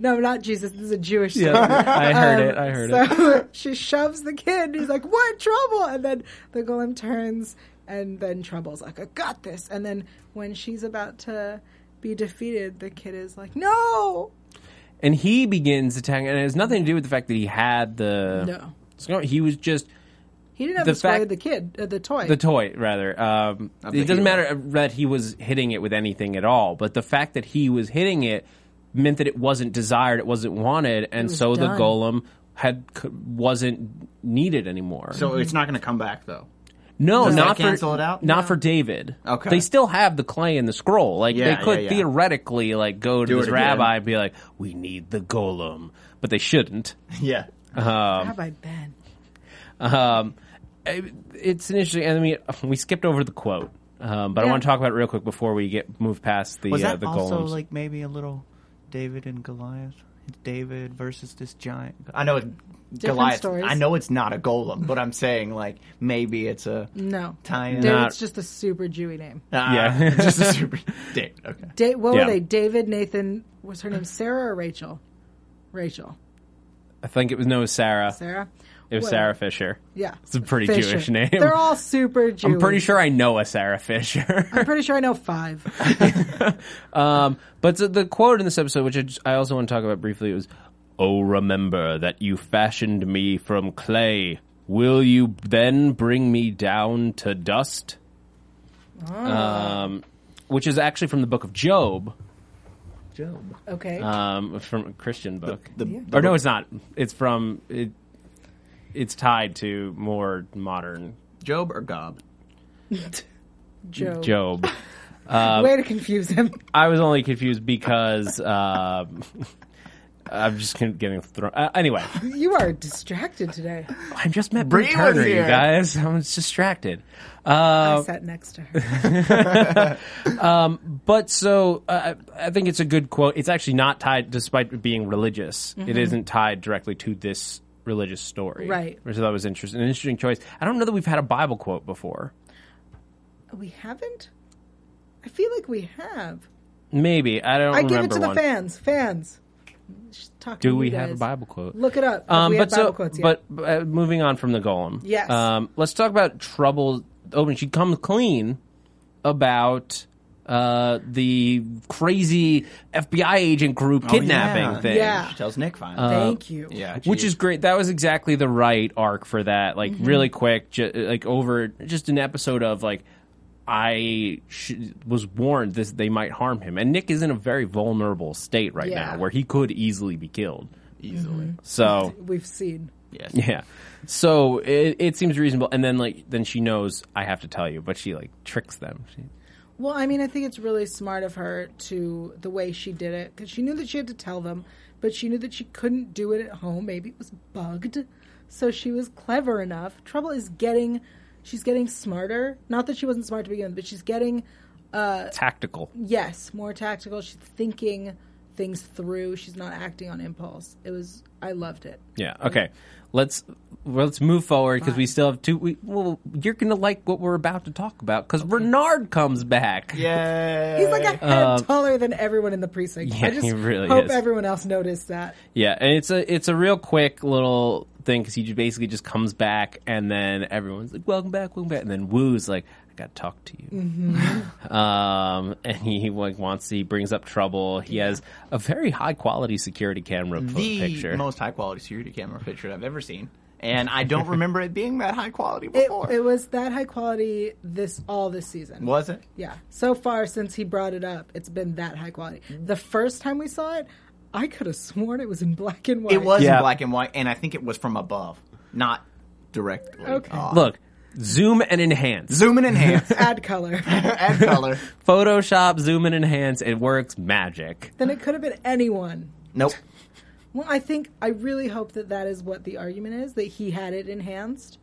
No, not Jesus. This is a Jewish Yeah, song. I heard Um, it. I heard it. so she shoves the kid. He's like, "What trouble?" And then the golem turns, and then Trouble's like, "I got this." And then when she's about to be defeated, the kid is like, "No, And he begins attacking, and it has nothing to do with the fact that he had the. No. So he was just he didn't have The to destroy fact- the kid, uh, the toy." the toy, rather. Um, it the doesn't matter that he was hitting it with anything at all, but the fact that he was hitting it meant that it wasn't desired, it wasn't wanted, and was so the done. golem had c- wasn't needed anymore. So it's not going to come back though. No, Does that not cancel for it out? not for David. Okay. they still have the clay and the scroll. Like Yeah, they could yeah, yeah. theoretically like go to Do it this again. rabbi and be like, "We need the golem," but they shouldn't. [laughs] Yeah. Rabbi Ben. Um, it- it's an interesting. I mean, we skipped over the quote, um, but I Yeah. want to talk about it real quick before we get move past the Was uh, that the also golems. like maybe a little David and Goliath? It's David versus this giant. I know it, Goliath. stories. I know it's not a golem, but I'm saying like maybe it's a No, tie-in. David's Not- just a super Jewy name. Ah, Yeah. [laughs] just a [laughs] super David. Okay. Da- what Yeah. were they? David, Nathan. Was her name Sarah or Rachel? Rachel, I think it was no Sarah. Sarah. It was Well, Sarah Fisher. Yeah, It's a pretty Fisher. Jewish name. They're all super [laughs] Jewish. I'm pretty sure I know a Sarah Fisher. [laughs] [laughs] I'm pretty sure I know five. Um, but the, the quote in this episode, which I, just- I also want to talk about briefly, was, "Oh, remember that you fashioned me from clay. Will you then bring me down to dust?" Ah. Um, which is actually from the book of Job, Job. Okay. um, from a Christian book. The, or no, it's not. It's from it. It's tied to more modern Job or Gob? [laughs] Oh. Joe. Job. Uh, Way to confuse him. I was only confused [laughs] because um [laughs] I'm just getting thrown. Uh, anyway. You are distracted today. I just met Bree Bree Turner, was you here. guys. I was distracted. Uh, I sat next to her. but so uh, I I think it's a good quote. It's actually not tied, despite it being religious, it Mm-hmm. isn't tied directly to this religious story. Right. So that was interesting. An interesting choice. I don't know that we've had a Bible quote before. We haven't? I feel like we have. Maybe. I don't I remember give it to the one. fans. Fans. Just Talk to Do you we guys. have a Bible quote? Look it up. if Um, we but have Bible so, quotes, yeah. but uh, moving on from the golem. Yes. Um, let's talk about trouble. Open. She comes clean about uh, the crazy FBI agent group kidnapping Oh, yeah. thing. Yeah. She tells Nick finally. Thank you. yeah. Uh, Which is great. That was exactly the right arc for that. Like Mm-hmm. really quick, ju- like over just an episode of like I sh- was warned this they might harm him, and Nick is in a very vulnerable state right Yeah. now where he could easily be killed. easily. Mm-hmm. So We've seen. Yes. yeah. So it, it seems reasonable. And then like then she knows I have to tell you, but she like tricks them. She, Well, I mean, I think it's really smart of her to the way she did it because she knew that she had to tell them, but she knew that she couldn't do it at home. Maybe it was bugged, so she was clever enough. Trouble is getting, she's getting smarter. Not that she wasn't smart to begin with, but she's getting tactical. yes more tactical. She's thinking things through. She's not acting on impulse. It was I loved it. Yeah. Okay. Let's let's move forward because we still have two. We, well, you're gonna like what we're about to talk about because Bernard comes back. Yeah. He's like a head taller than everyone in the precinct. Um, yeah, I just he really hope is. everyone else noticed that. Yeah, and it's a it's a real quick little thing because he ju- basically just comes back and then everyone's like, "Welcome back, welcome back," and then Woo's like, "I got to talk to you," [laughs] Mm-hmm. um, and he like wants he brings up trouble. He has a very high quality security camera po- the picture. most high quality security camera picture I've ever seen, and I don't remember it being that high quality It, before. it was that high quality this all this season. was it? Yeah. So far since he brought it up, it's been that high quality. The first time we saw it, I could have [laughs] sworn it was in black and white. It was Yeah. in black and white, and I think it was from above, not directly. Okay. off. Look, zoom and enhance. zoom in and [laughs] enhance, add color. [laughs] add color. Photoshop, zoom and enhance. It works magic. then it could have been anyone. Nope. Well, I think I really hope that that is what the argument is that he had it enhanced,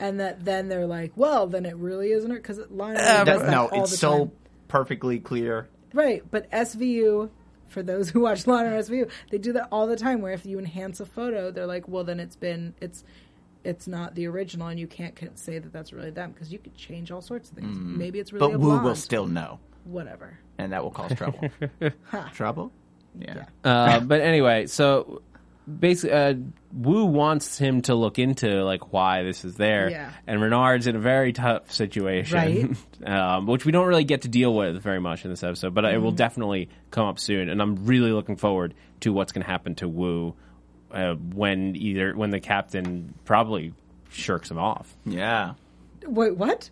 and that then they're like, well, then it really isn't it because Lionel does That- that Uh, no, all it's the so time. perfectly clear. right. But SVU for those who watch Law and Order SVU, they do that all the time. Where if you enhance a photo, they're like, well, then it's been it's it's not the original, and you can't c- say that that's really them because you could change all sorts of things. Maybe it's really Mm. But a Wu will blonde. still know, whatever. and that will cause [laughs] trouble. trouble? Yeah. Uh, but anyway, so basically, uh, Wu wants him to look into like why this is there, Yeah. and Renard's in a very tough situation, [laughs] um, which we don't really get to deal with very much in this episode. But it will Mm-hmm. definitely come up soon, and I'm really looking forward to what's going to happen to Wu uh, when either when the captain probably shirks him off. Yeah. Wait, what?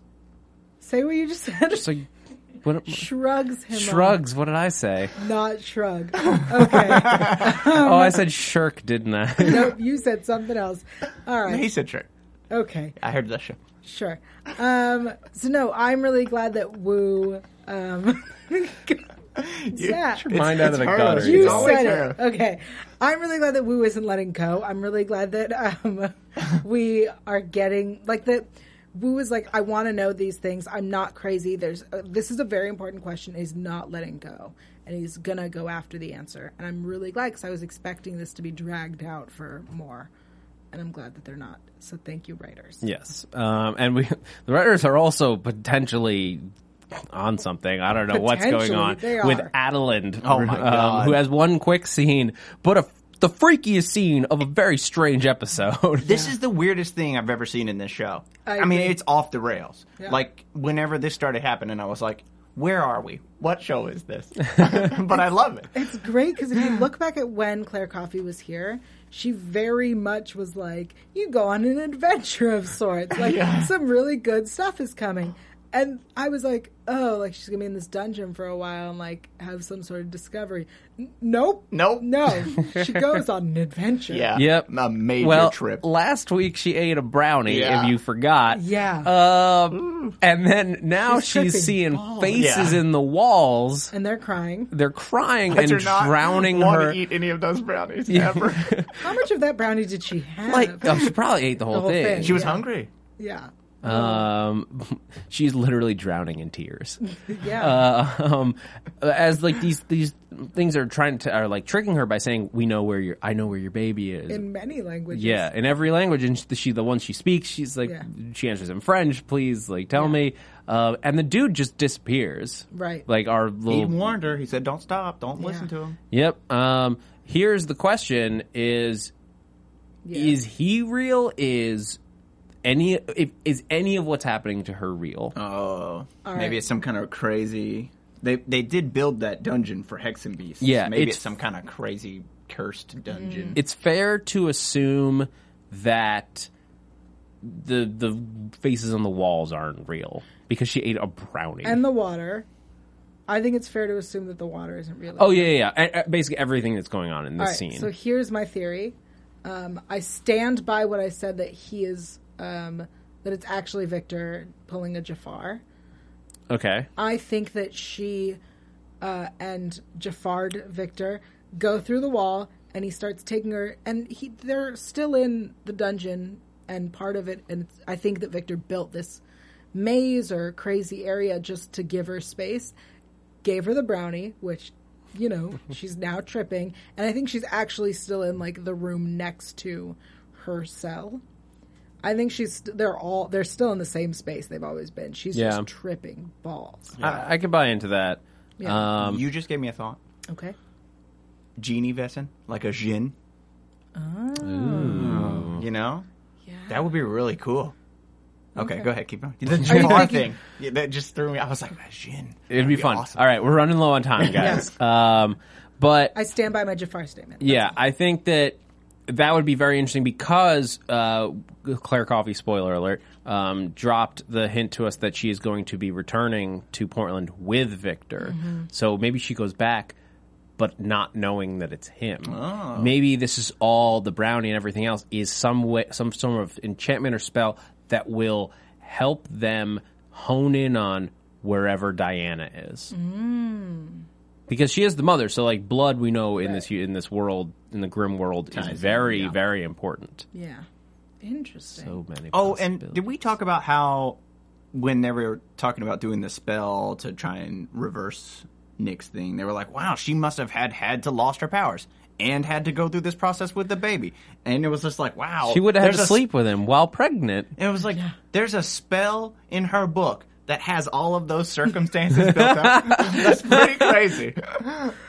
Say what you just said. [laughs] So, what? shrugs him. off. Shrugs. What did I say? [laughs] not shrug. Okay, Oh, I said shirk, didn't [laughs] I? nope. You said something else. All He right. said true. Okay. I heard that show. Sure. Um, so no, I'm really glad that Wu. [laughs] Um, [laughs] Zach, Mind out of the gutter. Harlow's. you you it's know? always said her. it. Okay. I'm really glad that Wu isn't letting go. I'm really glad that [laughs] um, we are getting like that. Wu is like, I want to know these things. I'm not crazy. There's uh, this is a very important question. He's not letting go, and he's gonna go after the answer. And I'm really glad because I was expecting this to be dragged out for more, and I'm glad that they're not. So thank you, writers. Yes, um, and we [laughs] the writers are also potentially on something. I don't know what's going Potentially, on they with are. Adeline, Oh my God. who has one quick scene, but a, the freakiest scene of a very strange episode. This is the weirdest thing I've ever seen in this show. I I, mean, agree. it's off the rails. Yeah. Like whenever this started happening, I was like, "Where are we? What show is [laughs] this?" but I love it. It's great because if you look back at when Claire Coffey was here, she very much was like, "You go on an adventure of sorts. Like some really good stuff is coming." And I was like, "Oh, like she's gonna be in this dungeon for a while and like have some sort of discovery." N- nope, Nope. [laughs] no. she goes on an adventure. [laughs] Yeah. Yep, A major well, trip. Last week she ate a brownie. Yeah. If you forgot, Yeah. Um, and then now She's she's, tripping seeing faces Yeah. in the walls. and they're crying. They're crying But and you're not drowning want her. to eat any of those [laughs] brownies ever. How much of that brownie did she have? [laughs] Like oh, she probably ate the whole, whole thing. she was Yeah. hungry. yeah, Um, [laughs] she's literally drowning in tears. yeah. Uh, um, as like these these things are trying to are like tricking her by saying, "We know where your I know where your baby is." in many languages. yeah, in every language, and she, she the one she speaks, she's like Yeah. she answers in French. Please, like tell me. Uh, and the dude just disappears. Right. Like our He little warned her. He said, "Don't stop. Don't listen to him." Yep. Um, here's the question: Is is he real? Is any if, is any of what's happening to her real? Oh, right. maybe it's some kind of crazy. They they did build that dungeon for Hex and Beasts. Yeah, maybe it's- it's, some kind of crazy cursed dungeon. Mm. it's fair to assume that the the faces on the walls aren't real because she ate a brownie. and the water. I think it's fair to assume that the water isn't really. oh yeah, yeah, yeah. A- a- basically everything that's going on in this All right, scene. So here's my theory. Um, I stand by what I said that he is um, that it's actually Victor pulling a Jafar. okay. I think that she uh, and Jafard Victor go through the wall, and he starts taking her. And he they're still in the dungeon, and part of it. And it's- I think that Victor built this maze or crazy area just to give her space. Gave her the brownie, which you [laughs] know she's now tripping, and I think she's actually still in like the room next to her cell. I think she's st- they're all they're still in the same space they've always been. She's Yeah. just tripping balls. I, I could buy into that. Yeah. Um, you just gave me a thought. Okay. genie Vessin, like a Jin. Oh. You know? Yeah. That would be really cool. Okay, go ahead, keep going. The Jafar thing. Yeah, that just threw me. I was like, a Jin. it'd be fun. awesome. All right, we're running low on [laughs] time, guys. Um, but I stand by my Jafar statement. Yeah, I think that that would be very interesting because uh, Claire Coffey, spoiler alert, um, dropped the hint to us that she is going to be returning to Portland with Victor. So maybe she goes back. But not knowing that it's him, maybe this is all the brownie and everything else is some way, some sort of enchantment or spell that will help them hone in on wherever Diana is because she is the mother. So like blood, we know in this in this world in the grim world is very very important. Yeah. Interesting. So many. Oh, and did we talk about how when they were talking about doing the spell to try and reverse Nick's thing. They were like, "Wow, she must have had had to lost her powers." And had to go through this process with the baby, and it was just like, wow. She would have had there's to a s- sleep with him while pregnant. and it was like, there's a spell in her book that has all of those circumstances built [laughs] up. That's pretty crazy.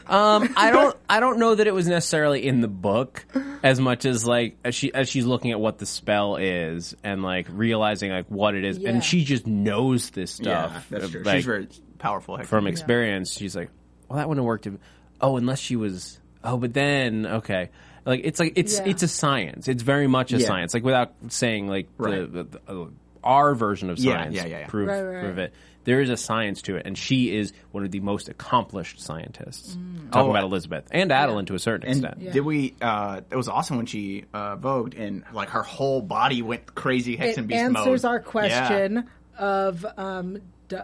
Um, I don't, I don't know that it was necessarily in the book as much as like as she as she's looking at what the spell is and like realizing like what it is, Yeah. and she just knows this stuff. Uh, Yeah, uh, that's true. like, She's very powerful. Hex. from experience. She's like, well, that wouldn't have worked. If, oh, unless she was. Oh, but then okay. Like it's like it's Yeah. it's a science. It's very much a Yeah. science. Like without saying like Right. the, the, the- our version of Yeah, science. yeah, yeah, yeah. Prove, Right, right, prove right. it. There is a science to it, and she is one of the most accomplished scientists. Mm. Talking Oh, about Elizabeth and Adeline to a certain And extent. did we? Uh, it was awesome when she uh, vogued, and like her whole body went crazy hex and It beast answers mode. our Yeah. question of um, d-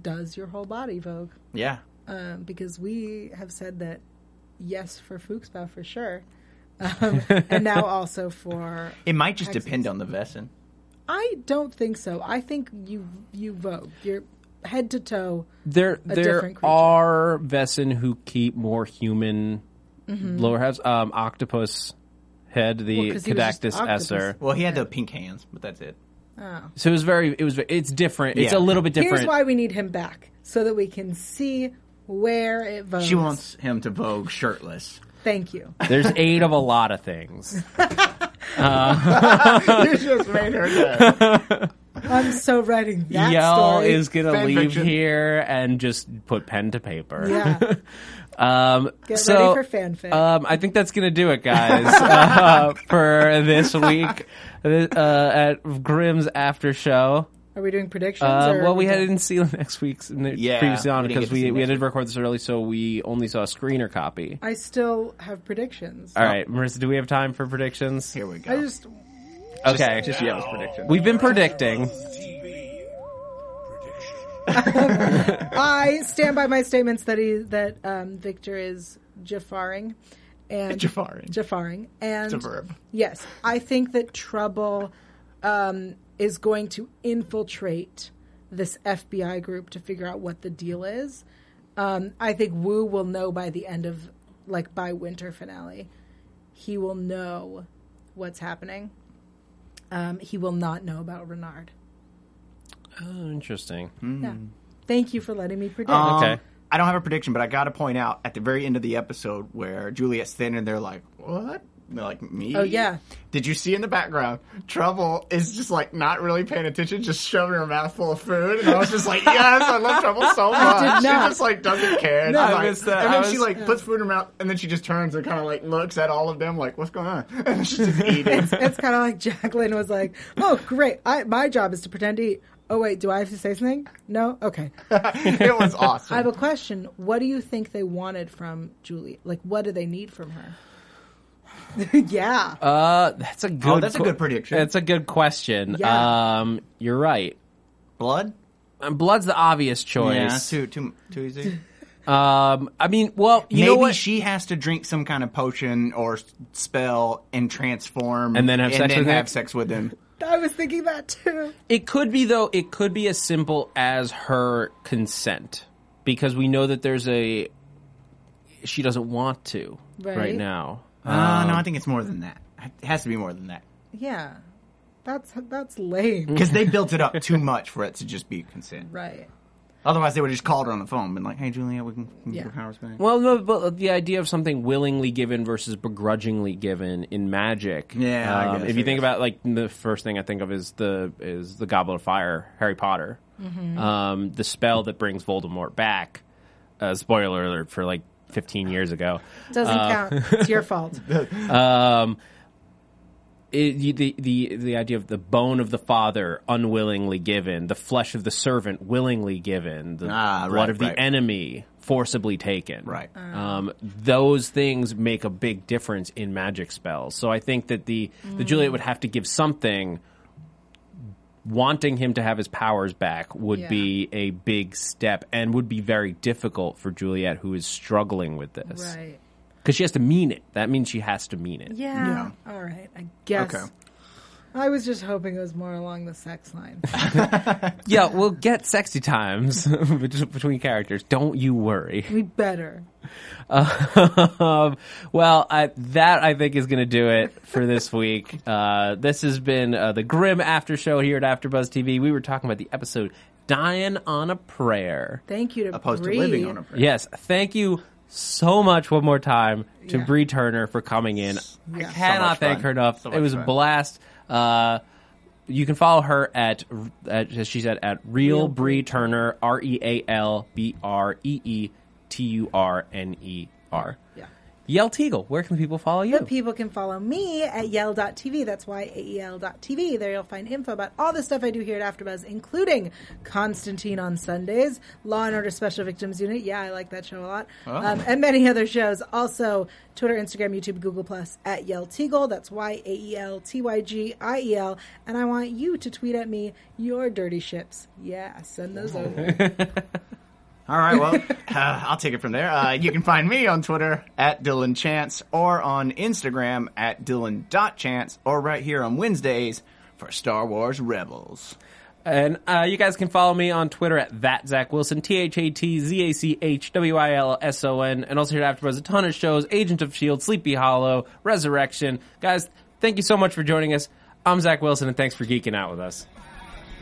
does your whole body vogue? Yeah. Um, because we have said that yes for Fuchsbau [laughs] for sure. Um, and now also for It might just depend on the vessel. I don't think so. I think you you vogue. You're head to toe. There, A there different creature. are Vessin who keep more human lower halves. Um, octopus head, the Mm-hmm. Well, 'cause he was just Cadactus octopus. esser. Well, he had the pink hands, but that's it. So it was very. It was. ve- It's different. It's Yeah. a little bit different. Here's why we need him back so that we can see where it vogues. She wants him to vogue [laughs] shirtless. Thank [laughs] you. There's eight of a lot of things. you [laughs] just made her. Dead. I'm so writing [laughs] that Y'all story. is gonna Fan leave fiction. here and just put pen to paper. yeah. [laughs] Um, Get so, ready for fanfic. Um, I think that's gonna do it, [laughs] guys, uh, for this week uh, at Grimm's after show. Are we doing predictions? Uh, or well, we are had didn't see next week's ne- Yeah, previous on we didn't because get to see we, we next had to record this early, so we only saw a screener copy. I still have predictions. All right, Marissa, do we have time for predictions? Oh. Here we go. I just Okay, Just Yale's prediction. we've been predicting. I stand by my statements that he that um, Victor is Jafaring and Jafaring. Jafaring and It's a verb. Yes, I think that trouble um, is going to infiltrate this FBI group to figure out what the deal is. Um, I think Wu will know by the end of like by winter finale, he will know what's happening. Um, he will not know about Renard. Oh, interesting. Yeah. Thank you for letting me predict. Um, Okay. I don't have a prediction, but I got to point out at the very end of the episode where Juliet's standing there like, what? And They're like, me? Oh, yeah. Did you see in the background, Trouble is just like not really paying attention, just shoving her mouth full of food. And I was just like, yes, I love Trouble so much. not. She just like doesn't care. And, No, I'm I like- missed that. and then I she was- like puts food in her mouth and then she just turns and kind of like looks at all of them like, what's going on? [laughs] And she's just eating. It's kind of like Jacqueline was like, "Oh, great! I, my job is to pretend to eat." Oh wait, do I have to say something? No. Okay. it was awesome. [laughs] I have a question. What do you think they wanted from Julie? Like, what do they need from her? [laughs] yeah. Uh, that's a good. Oh, that's a good prediction. That's a good question. Yeah. Um, you're right. Blood? Um, Blood's the obvious Yeah, choice. too, too, too easy. um, I mean, well, you know Maybe what? she has to drink some kind of potion or s- spell and transform, And then have sex with him? have sex with him. I was thinking that too. It could be though. It could be as simple as her consent, because we know that there's a. She doesn't want to right, Right. now. Um, uh, no, I think it's more than that. It has to be more [laughs] than that Yeah. That's that's lame. because they built it up too much for it to just be consent. Right. Otherwise, they would have just called her on the phone, and been like, "Hey, Julia, we can, we can Yeah. get our powers back." Well, no, but the idea of something willingly given versus begrudgingly given in magic. um, Yeah, I guess, if I you think guess. about like the first thing I think of is the is the Goblet of Fire, Harry Potter, um, the spell that brings Voldemort back. Uh, spoiler alert for like 15 years ago. Doesn't Uh, [laughs] count. It's your fault. it, you- the, the the idea of the bone of the father unwillingly given, the flesh of the servant willingly given, the Ah, blood right, of the right. enemy forcibly taken. Right. Um, those things make a big difference in magic spells. So I think that the the Juliet would have to give something. Wanting him to have his powers back would Yeah. be a big step and would be very difficult for Juliet, who is struggling with this. Right. Because she has to mean it. That means she has to mean it. Yeah. All right. I guess. Okay. I was just hoping it was more along the sex line. Yeah, we'll get sexy times [laughs] bet- between characters. Don't you worry. we better. Um, well, I, that I think is going to do it for this [laughs] week. Uh, this has been uh, the Grim After Show here at AfterBuzz TV. We were talking about the episode "Dying on a Prayer." Thank you to opposed Bree. to living on a prayer. Yes, thank you so much one more time to Yeah. Bree Turner for coming in. I Yeah. cannot much thank fun. her enough. So it much was a fun. blast. Uh, you can follow her at, at as she said at Real Bree Turner R E A L B R E E T U R N E R. Yeah. Yell Teagle, where can people follow you? But people can follow me at yell.tv. That's E Y-A-E-L.tv. There you'll find info about all the stuff I do here at AfterBuzz, including Constantine on Sundays, Law & Order Special Victims Unit. Yeah, I like that show a lot. Um, and many other shows. Also, Twitter, Instagram, YouTube, Google+, Plus at Yell Teagle. That's E Y-A-E-L-T-Y-G-I-E-L. And I want you to tweet at me your dirty ships. Yeah, send those over. All right, [laughs] well, uh, I'll take it from there. Uh, you can find me on Twitter at Dylan Chance or on Instagram at Dylan.Chance or right here on Wednesdays for Star Wars Rebels. And uh, you guys can follow me on Twitter at that Zach Wilson, T H A T Z A C H W I L S O N, and also here at AfterBuzz, a ton of shows: Agent of Shield, E Sleepy Hollow, Resurrection. Guys, thank you so much for joining us. I'm Zach Wilson, and thanks for geeking out with us.